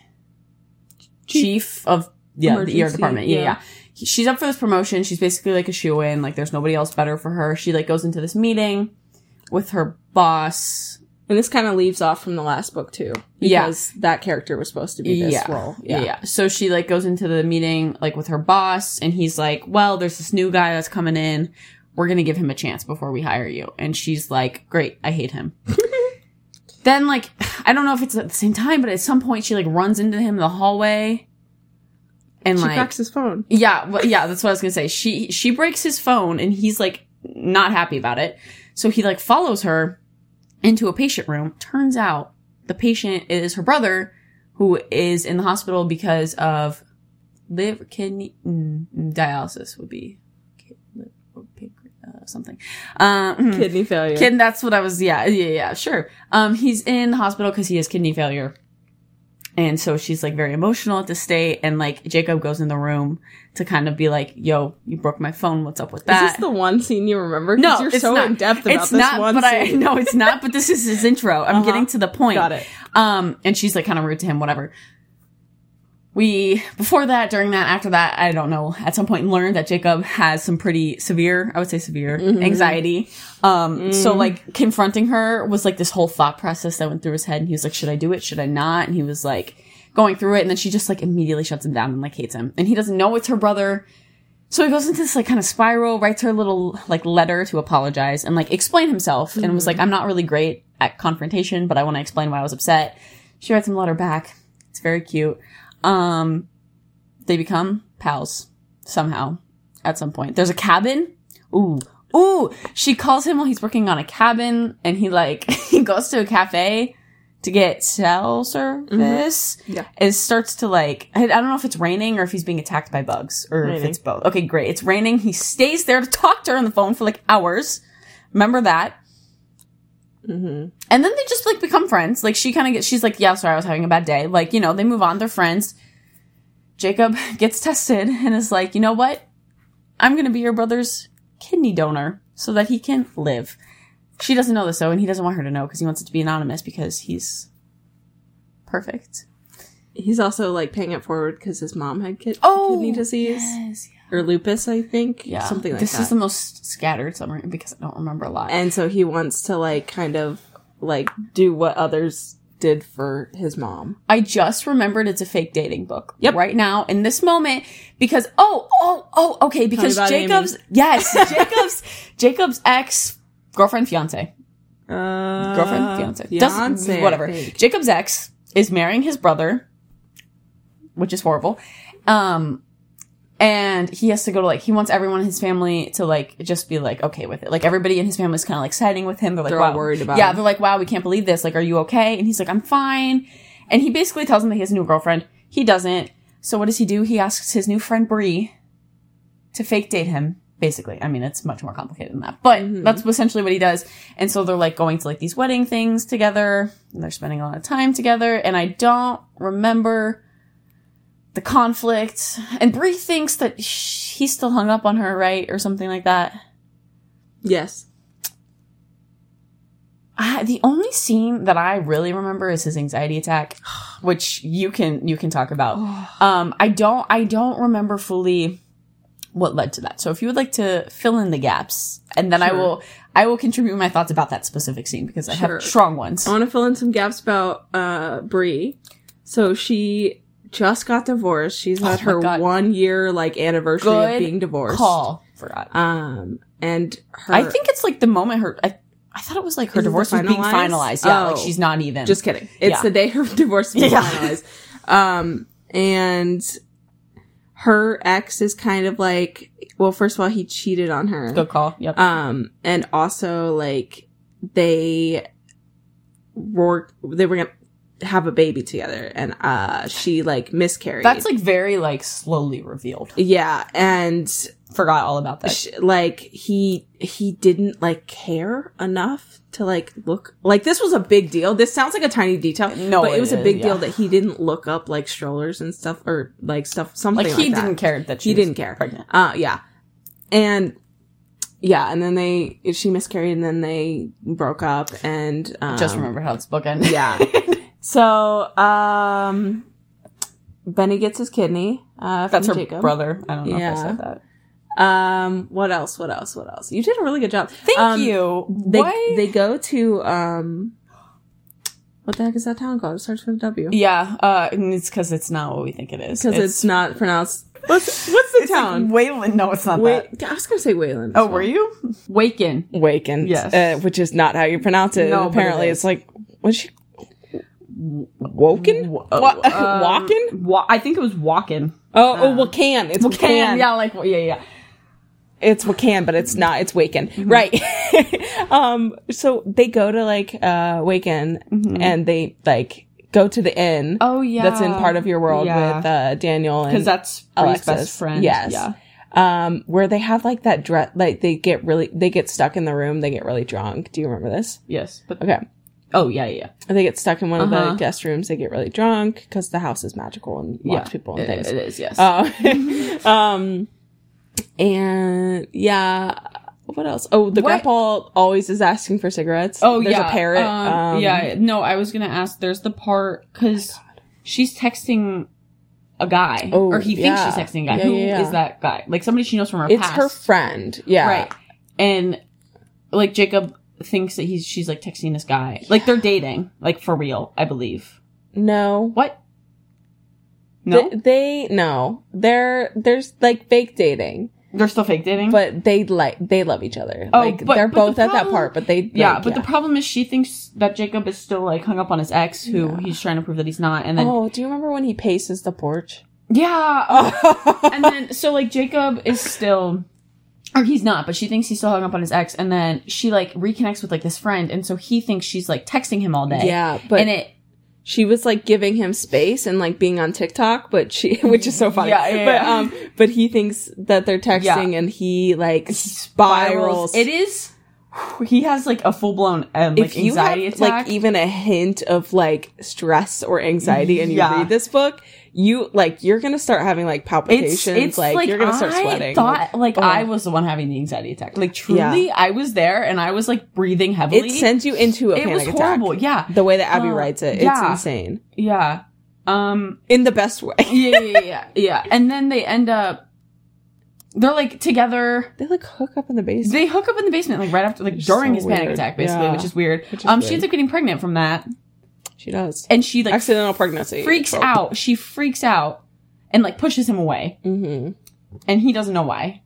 chief, of yeah the ER Emergency, department. Yeah, yeah. yeah. He- She's up for this promotion. She's basically like a shoe in. Like there's nobody else better for her. She like goes into this meeting with her boss. And this kind of leaves off from the last book too, Yeah. because that character was supposed to be this role. Yeah. yeah. So she like goes into the meeting like with her boss and he's like, "Well, there's this new guy that's coming in. We're going to give him a chance before we hire you." And she's like, "Great. I hate him." then like I don't know if it's at the same time, but at some point she like runs into him in the hallway and She like cracks his phone. yeah, well, yeah, that's what I was gonna say. She she breaks his phone and he's like not happy about it. So he like follows her into a patient room. Turns out the patient is her brother, who is in the hospital because of liver kidney mm, dialysis would be kid- liver, pancreas, uh, something. Um, mm. Kidney failure. Kid, that's what I was. Yeah, yeah, yeah. Sure. Um, he's in the hospital because he has kidney failure, and so she's like very emotional at this state. And like Jacob goes in the room to kind of be like, "Yo, you broke my phone. What's up with Is that?" this the one scene you remember? 'Cause no, you're it's so not. in depth about it's this not, one but I scene. no, it's not. But this is his intro. I'm Uh-huh. getting to the point. Got it. Um, and she's like kind of rude to him, whatever. We, before that, during that, after that, I don't know, at some point learned that Jacob has some pretty severe, I would say severe anxiety. Um, so like confronting her was like this whole thought process that went through his head and he was like, should I do it? Should I not? And he was like going through it. And then she just like immediately shuts him down and like hates him. And he doesn't know it's her brother. So he goes into this like kind of spiral, writes her a little like letter to apologize and like explain himself and was like, I'm not really great at confrontation, but I want to explain why I was upset. She writes him a letter back. It's very cute. Um, they become pals somehow at some point. There's a cabin. Ooh. Ooh. She calls him while he's working on a cabin and he like, he goes to a cafe to get cell service. Mm-hmm. Yeah. It starts to like, I I don't know if it's raining or if he's being attacked by bugs or if Raining. it's both. Okay, great. It's raining. He stays there to talk to her on the phone for like hours. Remember that. Mhm. And then they just like become friends. Like she kind of gets, she's like, yeah, sorry, I was having a bad day. Like, you know, they move on. They're friends. Jacob gets tested and is like, you know what? I'm going to be your brother's kidney donor so that he can live. She doesn't know this though, and he doesn't want her to know because he wants it to be anonymous because he's perfect. He's also like paying it forward because his mom had kid- Oh, kidney disease Yes, or lupus, I think. yeah. Something like this that. is the most scattered summary because I don't remember a lot. and so he wants to like kind of like do what others did for his mom. I just remembered it's a fake dating book. Yep. Right now in this moment because oh oh oh okay because about Amy. Jacob's yes Jacob's Jacob's ex girlfriend fiance Uh, girlfriend fiance Doesn't- fiance, I whatever think. Jacob's ex is marrying his brother, which is horrible. Um, and he has to go to like he wants everyone in his family to like just be like okay with it. Like everybody in his family is kind of like siding with him. They're like They're all wow. worried about yeah. him. They're like wow we can't believe this. Like are you okay? And he's like I'm fine. And he basically tells him that he has a new girlfriend. He doesn't. So what does he do? He asks his new friend Bree to fake date him. Basically, I mean it's much more complicated than that, but Mm-hmm. that's essentially what he does. And so they're like going to like these wedding things together. And they're spending a lot of time together. And I don't remember the conflict. And Bree thinks that sh- he's still hung up on her, right, or something like that. Yes. I, the only scene that I really remember is his anxiety attack, which you can you can talk about. Um, I don't I don't remember fully what led to that. So if you would like to fill in the gaps, and then I Sure. will I will contribute my thoughts about that specific scene because I Sure. have strong ones. I want to fill in some gaps about uh Bree. So she just got divorced. She's at Oh my her God. one year like anniversary Good of being divorced. Call forgot. Um and her I think it's like the moment her. I, I thought it was like her Is it the divorce was being finalized? finalized. Yeah, like Oh. she's not even. Just kidding. It's Yeah. the day her divorce was Yeah. finalized. Um, and her ex is kind of like, well, first of all, he cheated on her. good call. Yep. Um, and also like they were, they were gonna, have a baby together and uh she like miscarried. That's like very like slowly revealed. yeah, and Forgot all about that. sh like he he didn't like care enough to like look like this was a big deal. This sounds like a tiny detail, No, but it, it was a is, big yeah. deal that he didn't look up like strollers and stuff or like stuff something Like like, he that. didn't care that she He was didn't care. pregnant. Uh, yeah, and yeah, and then they she miscarried, and then they broke up, and um, Just remember how this book ends. yeah. so um, Benny gets his kidney. Uh, That's her from Jacob. brother. I don't know if I Yeah. said that. Um, what else? What else? What else? You did a really good job. Thank Um, you. They Why? they go to um, what the heck is that town called? It starts with a W. yeah, uh, and it's because it's not what we think it is. Because it's, not pronounced. What's what's the it's like town? Wayland. No, it's not that. Wait, I was gonna say Wayland. Oh, were you? Waken. Waken, Yes. uh, which is not how you pronounce it. No, but apparently, it it's like was she woken, Wa- Um, walking? Wa- I think it was walking. Oh, oh, Wakan. It's Wakan. Yeah, like yeah, yeah. It's Wakan, but it's not. It's Waken, right? um, so they go to like uh Waken, and they like go to the inn. Oh, yeah. that's in part of your world Yeah. with uh Daniel Because and that's Bree's Alexis. best friend. Yes. Yeah. Um, where they have like that dress, like they get really, they get stuck in the room, they get really drunk. Do you remember this? Yes. But Okay. oh yeah, yeah. they get stuck in one of Uh-huh. the guest rooms. They get really drunk because the house is magical and Yeah. lots of people and It- things. it is. Yes. Uh, um, and yeah, what else? Oh, the What- grandpa always is asking for cigarettes. oh There's yeah. a parrot. Um, um, yeah. No, I was gonna ask. There's the part because she's texting a guy, Oh, or he yeah. thinks she's texting a guy. Yeah, Who is yeah, yeah. that guy? Like somebody she knows from her it's past. her friend. Yeah, right. And like Jacob thinks that he's she's like texting this guy. Like they're dating, like for real, I believe. No, What? No, Th- they no. They're there's like fake dating, they're still fake dating. but they like they love each other. Mm-hmm. Oh, like but- they're but the both at that problem- part, but they Yeah, like, but the problem is she thinks that Jacob is still like hung up on his ex, who he's trying to prove that he's not, and then oh, do you remember when he paces the porch? yeah, uh, and then so like Jacob is still, or he's not, but she thinks he's still hung up on his ex, and then she like reconnects with like this friend, and so he thinks she's like texting him all day. yeah, but and it she was like giving him space and like being on TikTok, but she, which is so funny. Yeah, yeah, but yeah. um, but he thinks that they're texting, and he like spirals. It is. He has like a full blown um, like if you have anxiety attack. like even a hint of like stress or anxiety, and you Yeah. read this book, you like you're gonna start having like palpitations. like, you're gonna start I sweating. thought like oh. I was the one having the anxiety attack. Like truly, I was there and I was like breathing heavily. it sends you into a It was panic attack. horrible. Yeah, The way that Abby Uh, writes it, yeah. it's insane yeah. Um. in the best way. Yeah, yeah, yeah, yeah. And then they end up. They're like together. they like hook up in the basement. They hook up in the basement, like right after, like Which is during so his panic weird. attack, basically, Yeah. which is weird. Which is um, weird. she ends up getting pregnant from that, she does and she like accidental pregnancy. freaks out. She freaks out, and like pushes him away, Mm-hmm. and he doesn't know why.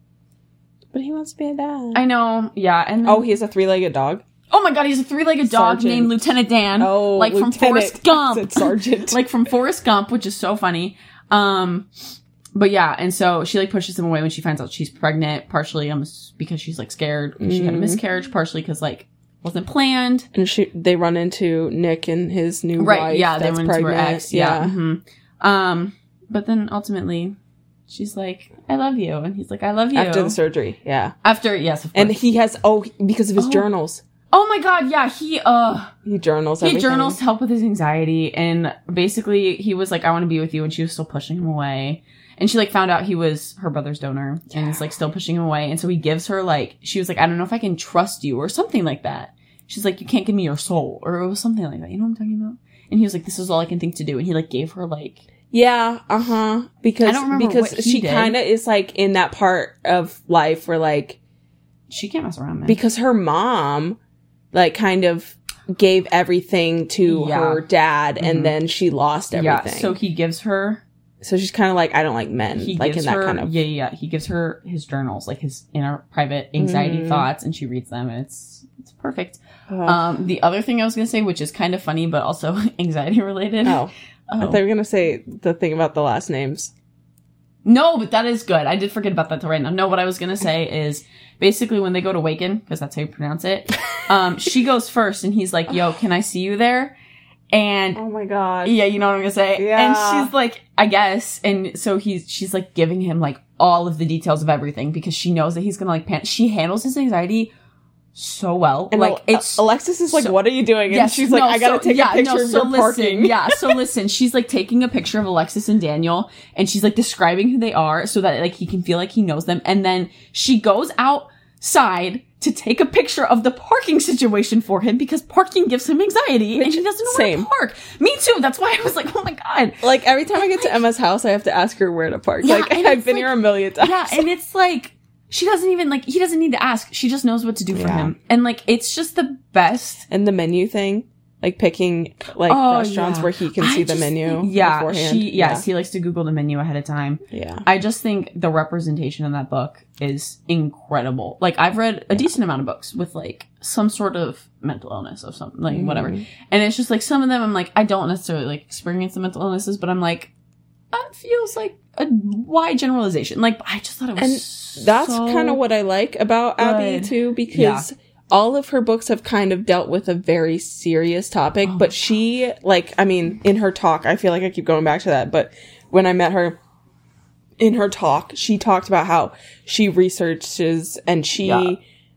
But he wants to be a dad. I know, yeah. And then- Oh, he has a three-legged dog. Oh my god, he's a three-legged dog Sergeant. named Lieutenant Dan. Oh, Uh-huh. like from Lieutenant. Forrest Gump. I said Sergeant. like from Forrest Gump, which is so funny. Um, but yeah, and so she like pushes him away when she finds out she's pregnant. Partially, um, because she's like scared 'cause she had a Mhm. miscarriage. Partially because like wasn't planned. and she, they run into Nick and his new Right? wife. yeah, they that's were into her pregnant. ex. Yeah. mhm. Um, but then ultimately, she's like, "I love you," and he's like, "I love you." After the surgery, yeah, After- yes, of course. and he has oh because of his Oh. journals, oh my god, yeah, he uh. he journals. He everything. journals to help with his anxiety, and basically he was like, "I want to be with you," and she was still pushing him away. And she like found out he was her brother's donor, and is like still pushing him away. And so he gives her like she was like, "I don't know if I can trust you," or something like that. She's like, "You can't give me your soul," or it was something like that. You know what I'm talking about? And he was like, "This is all I can think to do," and he like gave her like Yeah, uh huh. Because I don't remember because what he she did. kind of is like in that part of life where like she can't mess around, man. because her mom like kind of gave everything to Yeah. her dad, Mhm. and then she lost yeah, everything. so he gives her So she's kind of like, I don't like men, he like gives in that her kind of. yeah yeah yeah. he gives her his journals like his inner private anxiety Mhm. thoughts, and she reads them, and it's it's perfect. Oh. Um, the other thing I was gonna say, which is kind of funny but also anxiety related. oh, I Oh. thought you were gonna say the thing about the last names. no, but that is good. I did forget about that till right now. No, what I was gonna say is basically when they go to Waken, because that's how you pronounce it. Um, she goes first, and he's like, "Yo, can I see you there?" And Oh my god. yeah, you know what I'm gonna say. Yeah. And she's like, I guess. And so he's she's like giving him like all of the details of everything because she knows that he's gonna like panic. She handles his anxiety so well. And like Al- it's Alexis is like, so- "What are you doing?" And Yes, she's like, no, "I gotta so- take yeah, a picture no, of so your listen, parking." yeah, so listen, she's like taking a picture of Alexis and Daniel, and she's like describing who they are so that like he can feel like he knows them, and then she goes outside to take a picture of the parking situation for him because parking gives him anxiety and he doesn't know same. where to park. Me too. That's why I was like, oh my god. Like every time I get to Emma's house, I have to ask her where to park. Yeah, like and I've it's been like- here a million times. Yeah, and it's like she doesn't even like he doesn't need to ask. She just knows what to do for Yeah. him, and like it's just the best. and the menu thing, like picking like Oh, restaurants yeah. where he can I see the just menu. think- yeah, beforehand. she yes, he likes to Google the menu ahead of time. yeah, yeah. I just think the representation in that book is incredible. Like I've read a decent amount of books with like some sort of mental illness of something, like whatever. Mhm. And it's just like some of them I'm like I don't necessarily like experience the mental illnesses, but I'm like that feels like a wide generalization. Like I just thought it was And That's so- kind of what I like about Abby good. too, because all of her books have kind of dealt with a very serious topic. Oh my but she, like, I mean, in her talk, I feel like I keep going back to that. But when I met her, in her talk, she talked about how she researches and she. Yeah.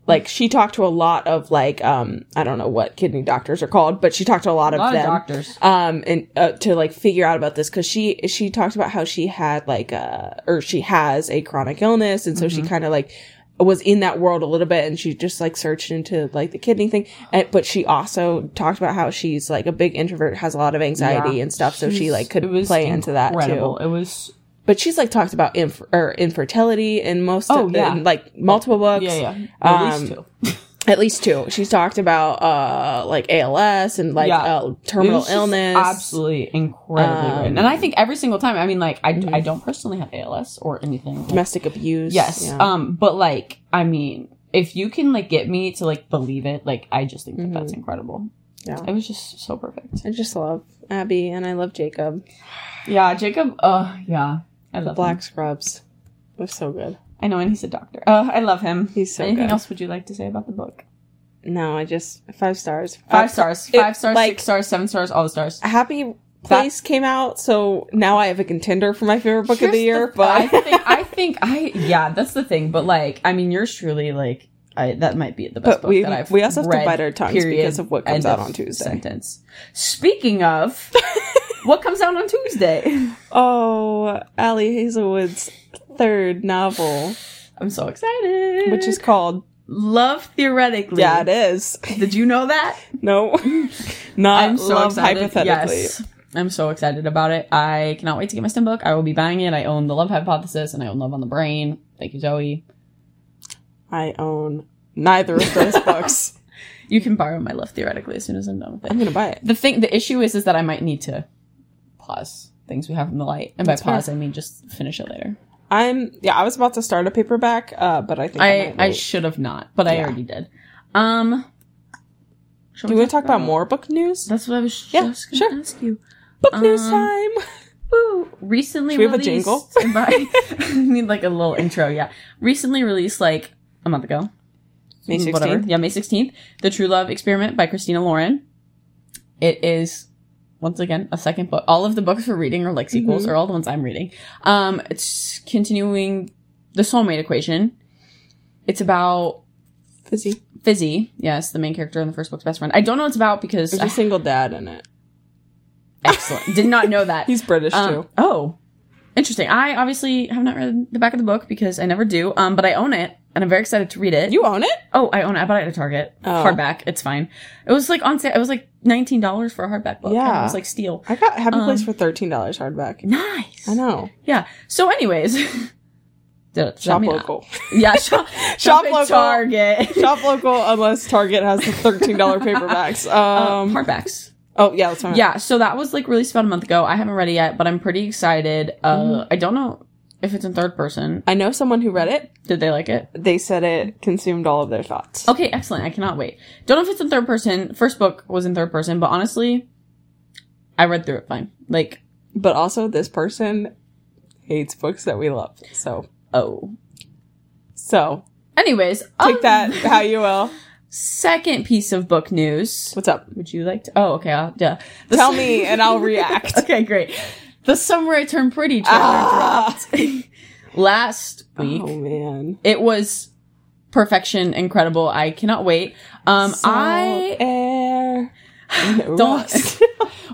Like she talked to a lot of like um I don't know what kidney doctors are called, but she talked to a lot, a lot of them doctors. um and uh, to like figure out about this because she she talked about how she had like uh or she has a chronic illness and so Mm-hmm. she kind of like was in that world a little bit and she just like searched into like the kidney thing and, but she also talked about how she's like a big introvert has a lot of anxiety Yeah. and stuff so she She's- like could it was play into that too incredible. It was but she's like talked about inf- or infertility in most Oh, of the, yeah. in, like multiple books yeah, yeah. At least Um, two. at least two she's talked about uh like als and like Yeah. uh, It terminal was just illness Absolutely incredibly Um, Mm-hmm. written. And I think every single time, I mean, like, I, I don't personally have ALS or anything. like- domestic abuse yes. yeah. Um, but like, I mean, if you can like get me to like believe it, like, I just think that Mhm. that's incredible. Yeah. It was just so perfect. I just love Abby and I love Jacob. Yeah. Jacob. Uh, yeah. I love Black him. Scrubs. It was so good. I know. And he's a doctor. Uh, I love him. He's so Anything good. else would you like to say about the book? No, I just five stars. Five Uh, stars, it- five stars, like- six stars, seven stars, all the stars. Happy Place came out, so now I have a contender for my favorite book of the Here's year. th- I but think I think I yeah, that's the thing. But like, I mean, yours truly like I that might be the best But book we- that I've we also have to read, bite our tongues period, because of what comes end out of on Tuesday. Sentence. Speaking of what comes out on Tuesday, oh, Allie Hazelwood's third novel, I'm so excited. which is called Love Theoretically. Yeah, it is. Did you know that? No, not I'm so love excited. hypothetically. Yes. I'm so excited about it. I cannot wait to get my STEM book. I will be buying it. I own The Love Hypothesis and I own Love on the Brain. Thank you, Zoe. I own neither of those books. You can borrow my Love Theoretically as soon as I'm done with it. I'm gonna buy it. the thing the issue is is that i might need to pause things we have in the light and by That's fair. pause i mean just finish it later I'm yeah. I was about to start a paperback, uh, but I think i might i wait. should have not but i Yeah. already did um shall Do we want to talk about more book news? that's what i was Yeah, just gonna sure. ask you Book news Um, time. Woo! Recently Should we have a released. jingle? I need like a little intro. Yeah. Recently released, like a month ago. May Whatever. 16th. Yeah, May sixteenth. The True Love Experiment by Christina Lauren. It is once again a second book. All of the books we're reading are like Mm-hmm. sequels, or all the ones I'm reading. Um, it's continuing the soulmate equation. It's about Fizzy. Fizzy, yes, the main character in the first book's best friend. I don't know what it's about because There's a single dad in it. excellent. Did not know that. He's British Um, too. oh, interesting. I obviously have not read the back of the book because I never do. Um, but I own it and I'm very excited to read it. You own it? oh, I own it. I bought it at Target. Oh. Hardback. It's fine. It was like on sale. It was like nineteen dollars for a hardback book. Yeah. And it was like steel. I got Happy Um, Place for thirteen dollars hardback. Nice. I know. Yeah. So, anyways, Did- did I Shop mean- local. Yeah. Shop, Shop shop, at local. Target. Shop local unless Target has the thirteen dollar paperbacks. Um. Uh, hardbacks. oh yeah, that's right. Yeah, so that was like released about a month ago. I haven't read it yet, but I'm pretty excited. Uh, Mm-hmm. I don't know if it's in third person. I know someone who read it. Did they like it? They said it consumed all of their thoughts. Okay, excellent. I cannot wait. Don't know if it's in third person. First book was in third person, but honestly, I read through it fine. Like, But also, this person hates books that we love. So, oh. so Anyways, take um, that how you will. Second piece of book news. What's up? Would you like to? Oh, okay. I'll, yeah. The Tell s- me and I'll react. okay, great. The summer I turned pretty trailer Ah. dropped last week. Oh man. It was perfection, incredible. I cannot wait. Um, I air. don't.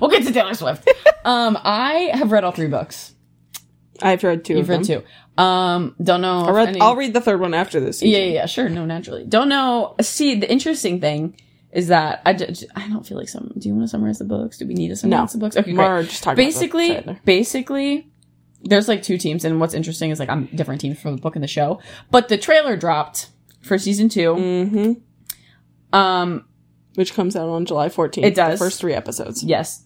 we'll get to Taylor Swift. um, I have read all three books. I've read 2 You've of read them. two. Um, don't know. I'll if Mhm. read, any- I'll read the third one after this. Yeah, yeah, yeah, sure. No, naturally. Don't know. See, the interesting thing is that I, ju- I don't feel like some. Do you want to summarize the books? Do we need to summarize the books? Okay, great. We're just talking basically about the trailer. basically there's like two teams and what's interesting is like i'm different teams from the book and the show but the trailer dropped for season two Mhm. um Which comes out on July 14th. It does. The first three episodes. yes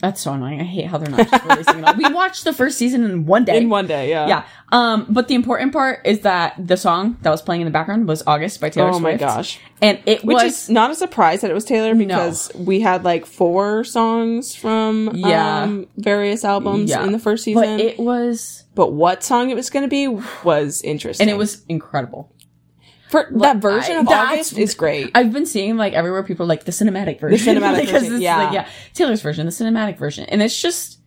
that's so annoying i hate how they're not just releasing it all. we watched the first season in one day In one day, yeah. yeah um but the important part is that the song that was playing in the background was august by taylor Oh swift my gosh. and it Which was is not a surprise that it was Taylor because we had like four songs from Yeah. um, various albums Yeah. in the first season. but But, it was what song it was going to be was interesting. and it was incredible For, that version of that's- August is great. I've been seeing like everywhere people are like the cinematic version. cinematic Because version, it's, yeah. Like, yeah. Taylor's version, the cinematic version. And it's just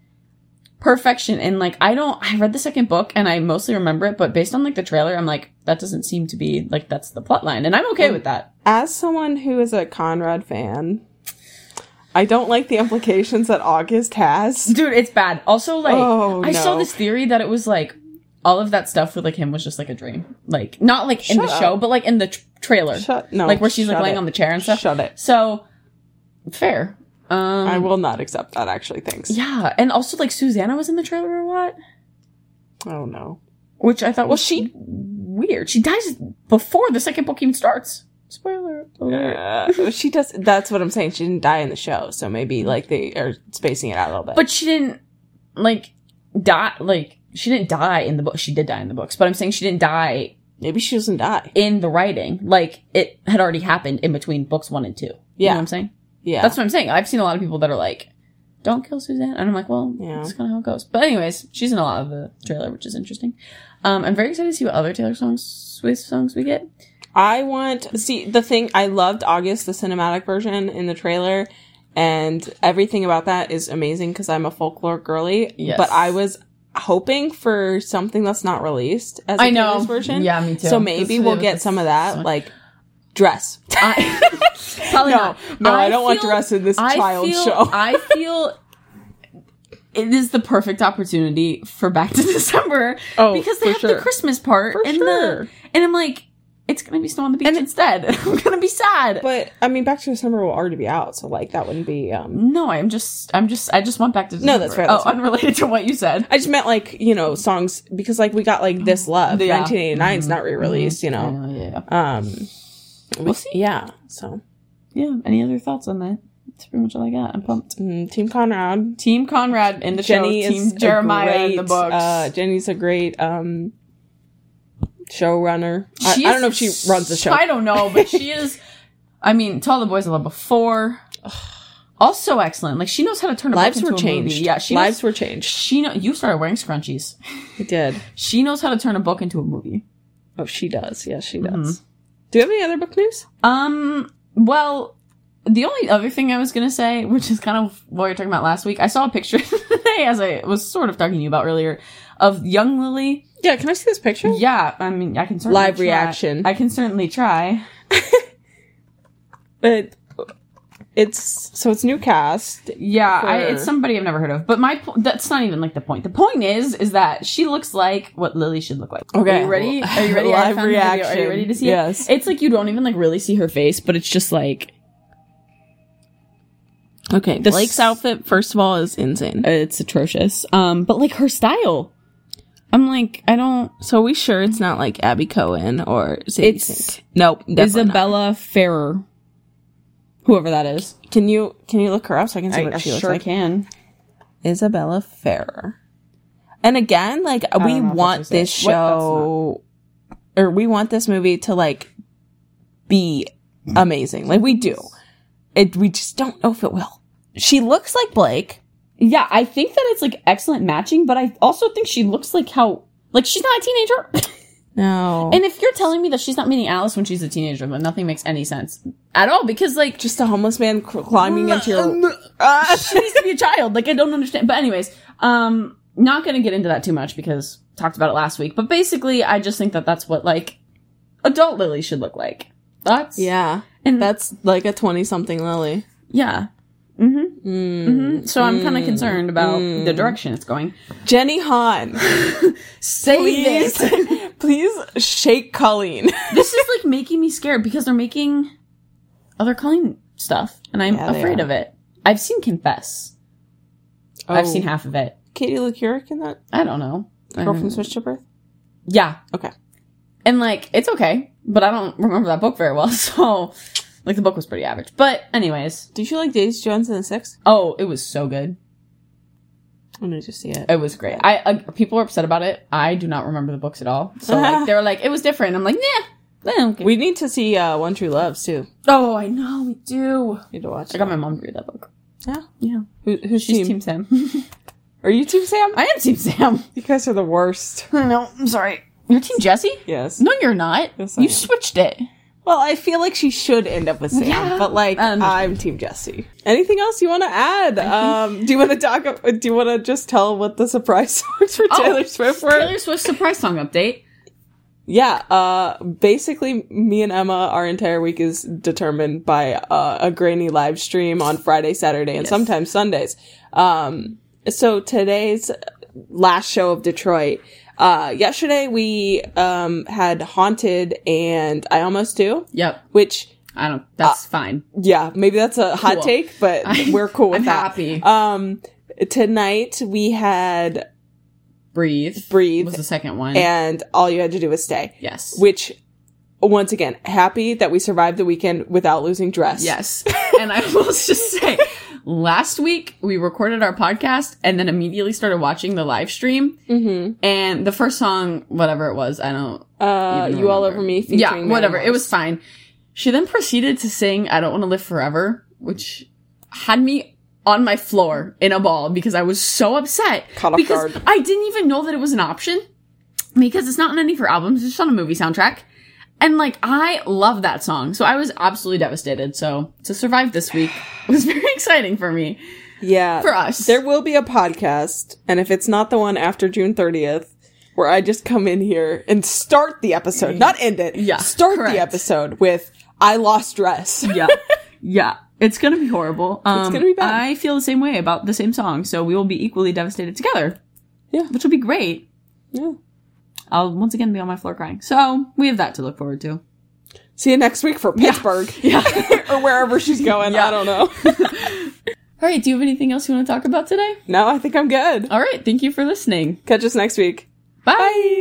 perfection. And like, I don't, I read the second book and I mostly remember it, but based on like the trailer, I'm like, that doesn't seem to be like that's the plot line. And I'm okay with that. As someone who is a Conrad fan, I don't like the implications that August has. Dude, it's bad. Also, like, Oh, I saw no. this theory that it was like, all of that stuff with like him was just like a dream. Like, not like in Shut the up. show, but like in the tr- trailer. Shut no, like where she's like shut laying it. on the chair and stuff. Shut it. So, fair. Um, I will not accept that. Actually, thanks. Yeah, and also like Susanna was in the trailer a lot, I don't know. which I thought Well, was she. weird. She dies before the second book even starts. Spoiler alert. Uh, she does. That's what I'm saying. She didn't die in the show, so maybe like they are spacing it out a little bit. But she didn't like die. Like she didn't die in the book. She did die in the books, but I'm saying she didn't die maybe she doesn't die. in the writing. Like it had already happened in between books one and two. You know Yeah. what I'm saying. Yeah, That's what I'm saying. I've seen a lot of people that are like, "Don't kill Suzanne," and I'm like, "Well, Yeah. that's kind of how it goes." But anyways, she's in a lot of the trailer, which is interesting. Um, I'm very excited to see what other Taylor songs, Swift songs we get. I want. See, the thing I loved August, the cinematic version in the trailer, and everything about that is amazing because I'm a folklore girly. Yes. But I was hoping for something that's not released as a I know. Taylor's version. Yeah, me too. So This maybe is- we'll get some of that, so- like dress. I, probably No, not. no, I, don't want feel- dress in this I child feel- show. I feel it is the perfect opportunity for Back to December Oh, because they for have sure. the Christmas part For and sure. the and I'm like, it's gonna be snow on the beach instead. I'm gonna be sad. but I mean, Back to December will already be out, so like that wouldn't be. um no, I'm just, I'm just, I just want Back to December. No, that's fair, that's oh, fair. unrelated to what you said. I just meant like you know songs because like we got like this love Yeah. Mm-hmm. 1989 is not re-released you know Yeah, yeah, um We'll see. yeah so yeah. Yeah, Any other thouts on that? That's pretty much all I got. I'm pumped. Mm, Team Conrad. Team Conrad in the Jenny show. is Team Jeremiah a great, in the books. Uh, Jenny's a great um, showrunner. I, I She don't is- know if she runs the show. I don't know, but she is. I mean, to all the boys I love before. Also excellent. Like she knows how to turn a book Lives into were a changed. movie. Yeah, she lives Knows, were changed. she know. You started wearing scrunchies. It did. She knows how to turn a book into a movie. Oh, she does. Yeah, she does. Do you have any other book news? Um. Well, the only other thing I was gonna say, which is kind of what we were talking about last week, I saw a picture today, as I was sort of talking to you about earlier, of young Lily. Yeah, can I see this picture? Yeah, I mean, I can certainly Live try. reaction. I can certainly try. But it's so it's new cast. Yeah, I, for- it's somebody I've never heard of. But my po- that's not even like the point. The point is, is that she looks like what Lily should look like. are you ready? Are you ready? I Live found the video. reaction. Are you ready to see yes. it? It's like you don't even like really see her face, but it's just like Okay. This- Blake's outfit, first of all, is insane. it's atrocious. Um, but like her style, I'm like I don't. So we sure it's not like Abby Cohen or Sadie It's Sink? Nope. definitely not. Isabella Ferrer, whoever that is. Can you can you look her up so I can see what she looks like? can. Isabella Ferrer. And again, like we know if want that's what this she said. What? That's show or we want this movie to like be amazing. Like we do. It we just don't know if it will. She looks like Blake. Yeah, I think that it's like excellent matching, but I also think she looks like how like she's not a teenager. No. And if you're telling me that she's not meeting Alice when she's a teenager, then nothing makes any sense at all because like just a homeless man cr- climbing into your. Ah, she needs to be a child. Like I don't understand. But anyways, um, not gonna get into that too much because talked about it last week. But basically, I just think that that's what like adult Lily should look like. That's yeah. And- that's like a 20 something Lily. yeah. Mm-hmm. Mm, Mm-hmm. So I'm kind of concerned about the direction it's going. Jenny Hahn. Say Please, please shake Colleen. this is like making me scared because they're making other Colleen stuff, and I'm Yeah, they afraid are. of it. I've seen Confess. I've Oh. seen half of it. Katie LeCuric in that I don't know. I girl don't- from Switch to Birth. yeah, Okay. and like it's okay, but I don't remember that book very well. So, like the book was pretty average. But anyways, Did you like Daisy Jones and the Six? oh, it was so good. I'm gonna just see it. It was great. I uh, people were upset about it. I do not remember the books at all. So like they were like it was different. I'm like nah. I don't care. Ah. We need to see uh, One True Loves too. oh, I know we do. Need to watch. I got my mom to read that book. Yeah. Yeah, Who, who's she's team? Team Sam. Are you Team Sam? I am Team Sam. You guys are the worst. No, I'm sorry. You're Team Jesse? Yes. No, you're not. Yes, I you am. switched it. Well, I feel like she should end up with Sam, Yeah. Um, but like I understand. I'm Team Jesse. Anything else you want to add? Um, do you want to talk? Do you want to just tell what the surprise songs for Oh, Taylor Swift were? Taylor Swift surprise song update. Yeah, uh, basically, me and Emma, our entire week is determined by uh, a grainy live stream on Friday, Saturday, and sometimes Sundays. Um, so today's last show of Detroit. Uh, yesterday we um, had Haunted and I Almost Do, Yep. which I don't. Uh, That's fine. yeah, maybe that's a hot Cool. take, but I- we're cool with I'm that. happy. Um, tonight we had Breathe. Breathe was the second one. and all you had to do was stay. yes. which once again happy that we survived the weekend without losing dress yes. and I will just say, last week we recorded our podcast and then immediately started watching the live stream. mm-hmm. And the first song, whatever it was, I don't. uh even you all remember. over me featuring Yeah, Mary whatever. It Morris. was fine. She then proceeded to sing I Don't Want to Live Forever, which had me on my floor in a ball because I was so upset. Caught off because guard. I didn't even know that it was an option because it's not on any of her albums, it's just on a movie soundtrack. And like I love that song. So I was absolutely devastated. So to survive this week was very exciting for me. yeah For us. there will be a podcast and if it's not the one after june 30th where i just come in here and start the episode not end it Yeah, start correct. the episode with i lost dress yeah yeah it's gonna be horrible um, gonna be bad. i feel the same way about the same song so we will be equally devastated together Yeah. which will be great Yeah. i'll once again be on my floor crying so we have that to look forward to see you next week for pittsburgh yeah or wherever she's going Yeah. i don't know all right do you have anything else you want to talk about today no i think i'm good all right thank you for listening catch us next week bye.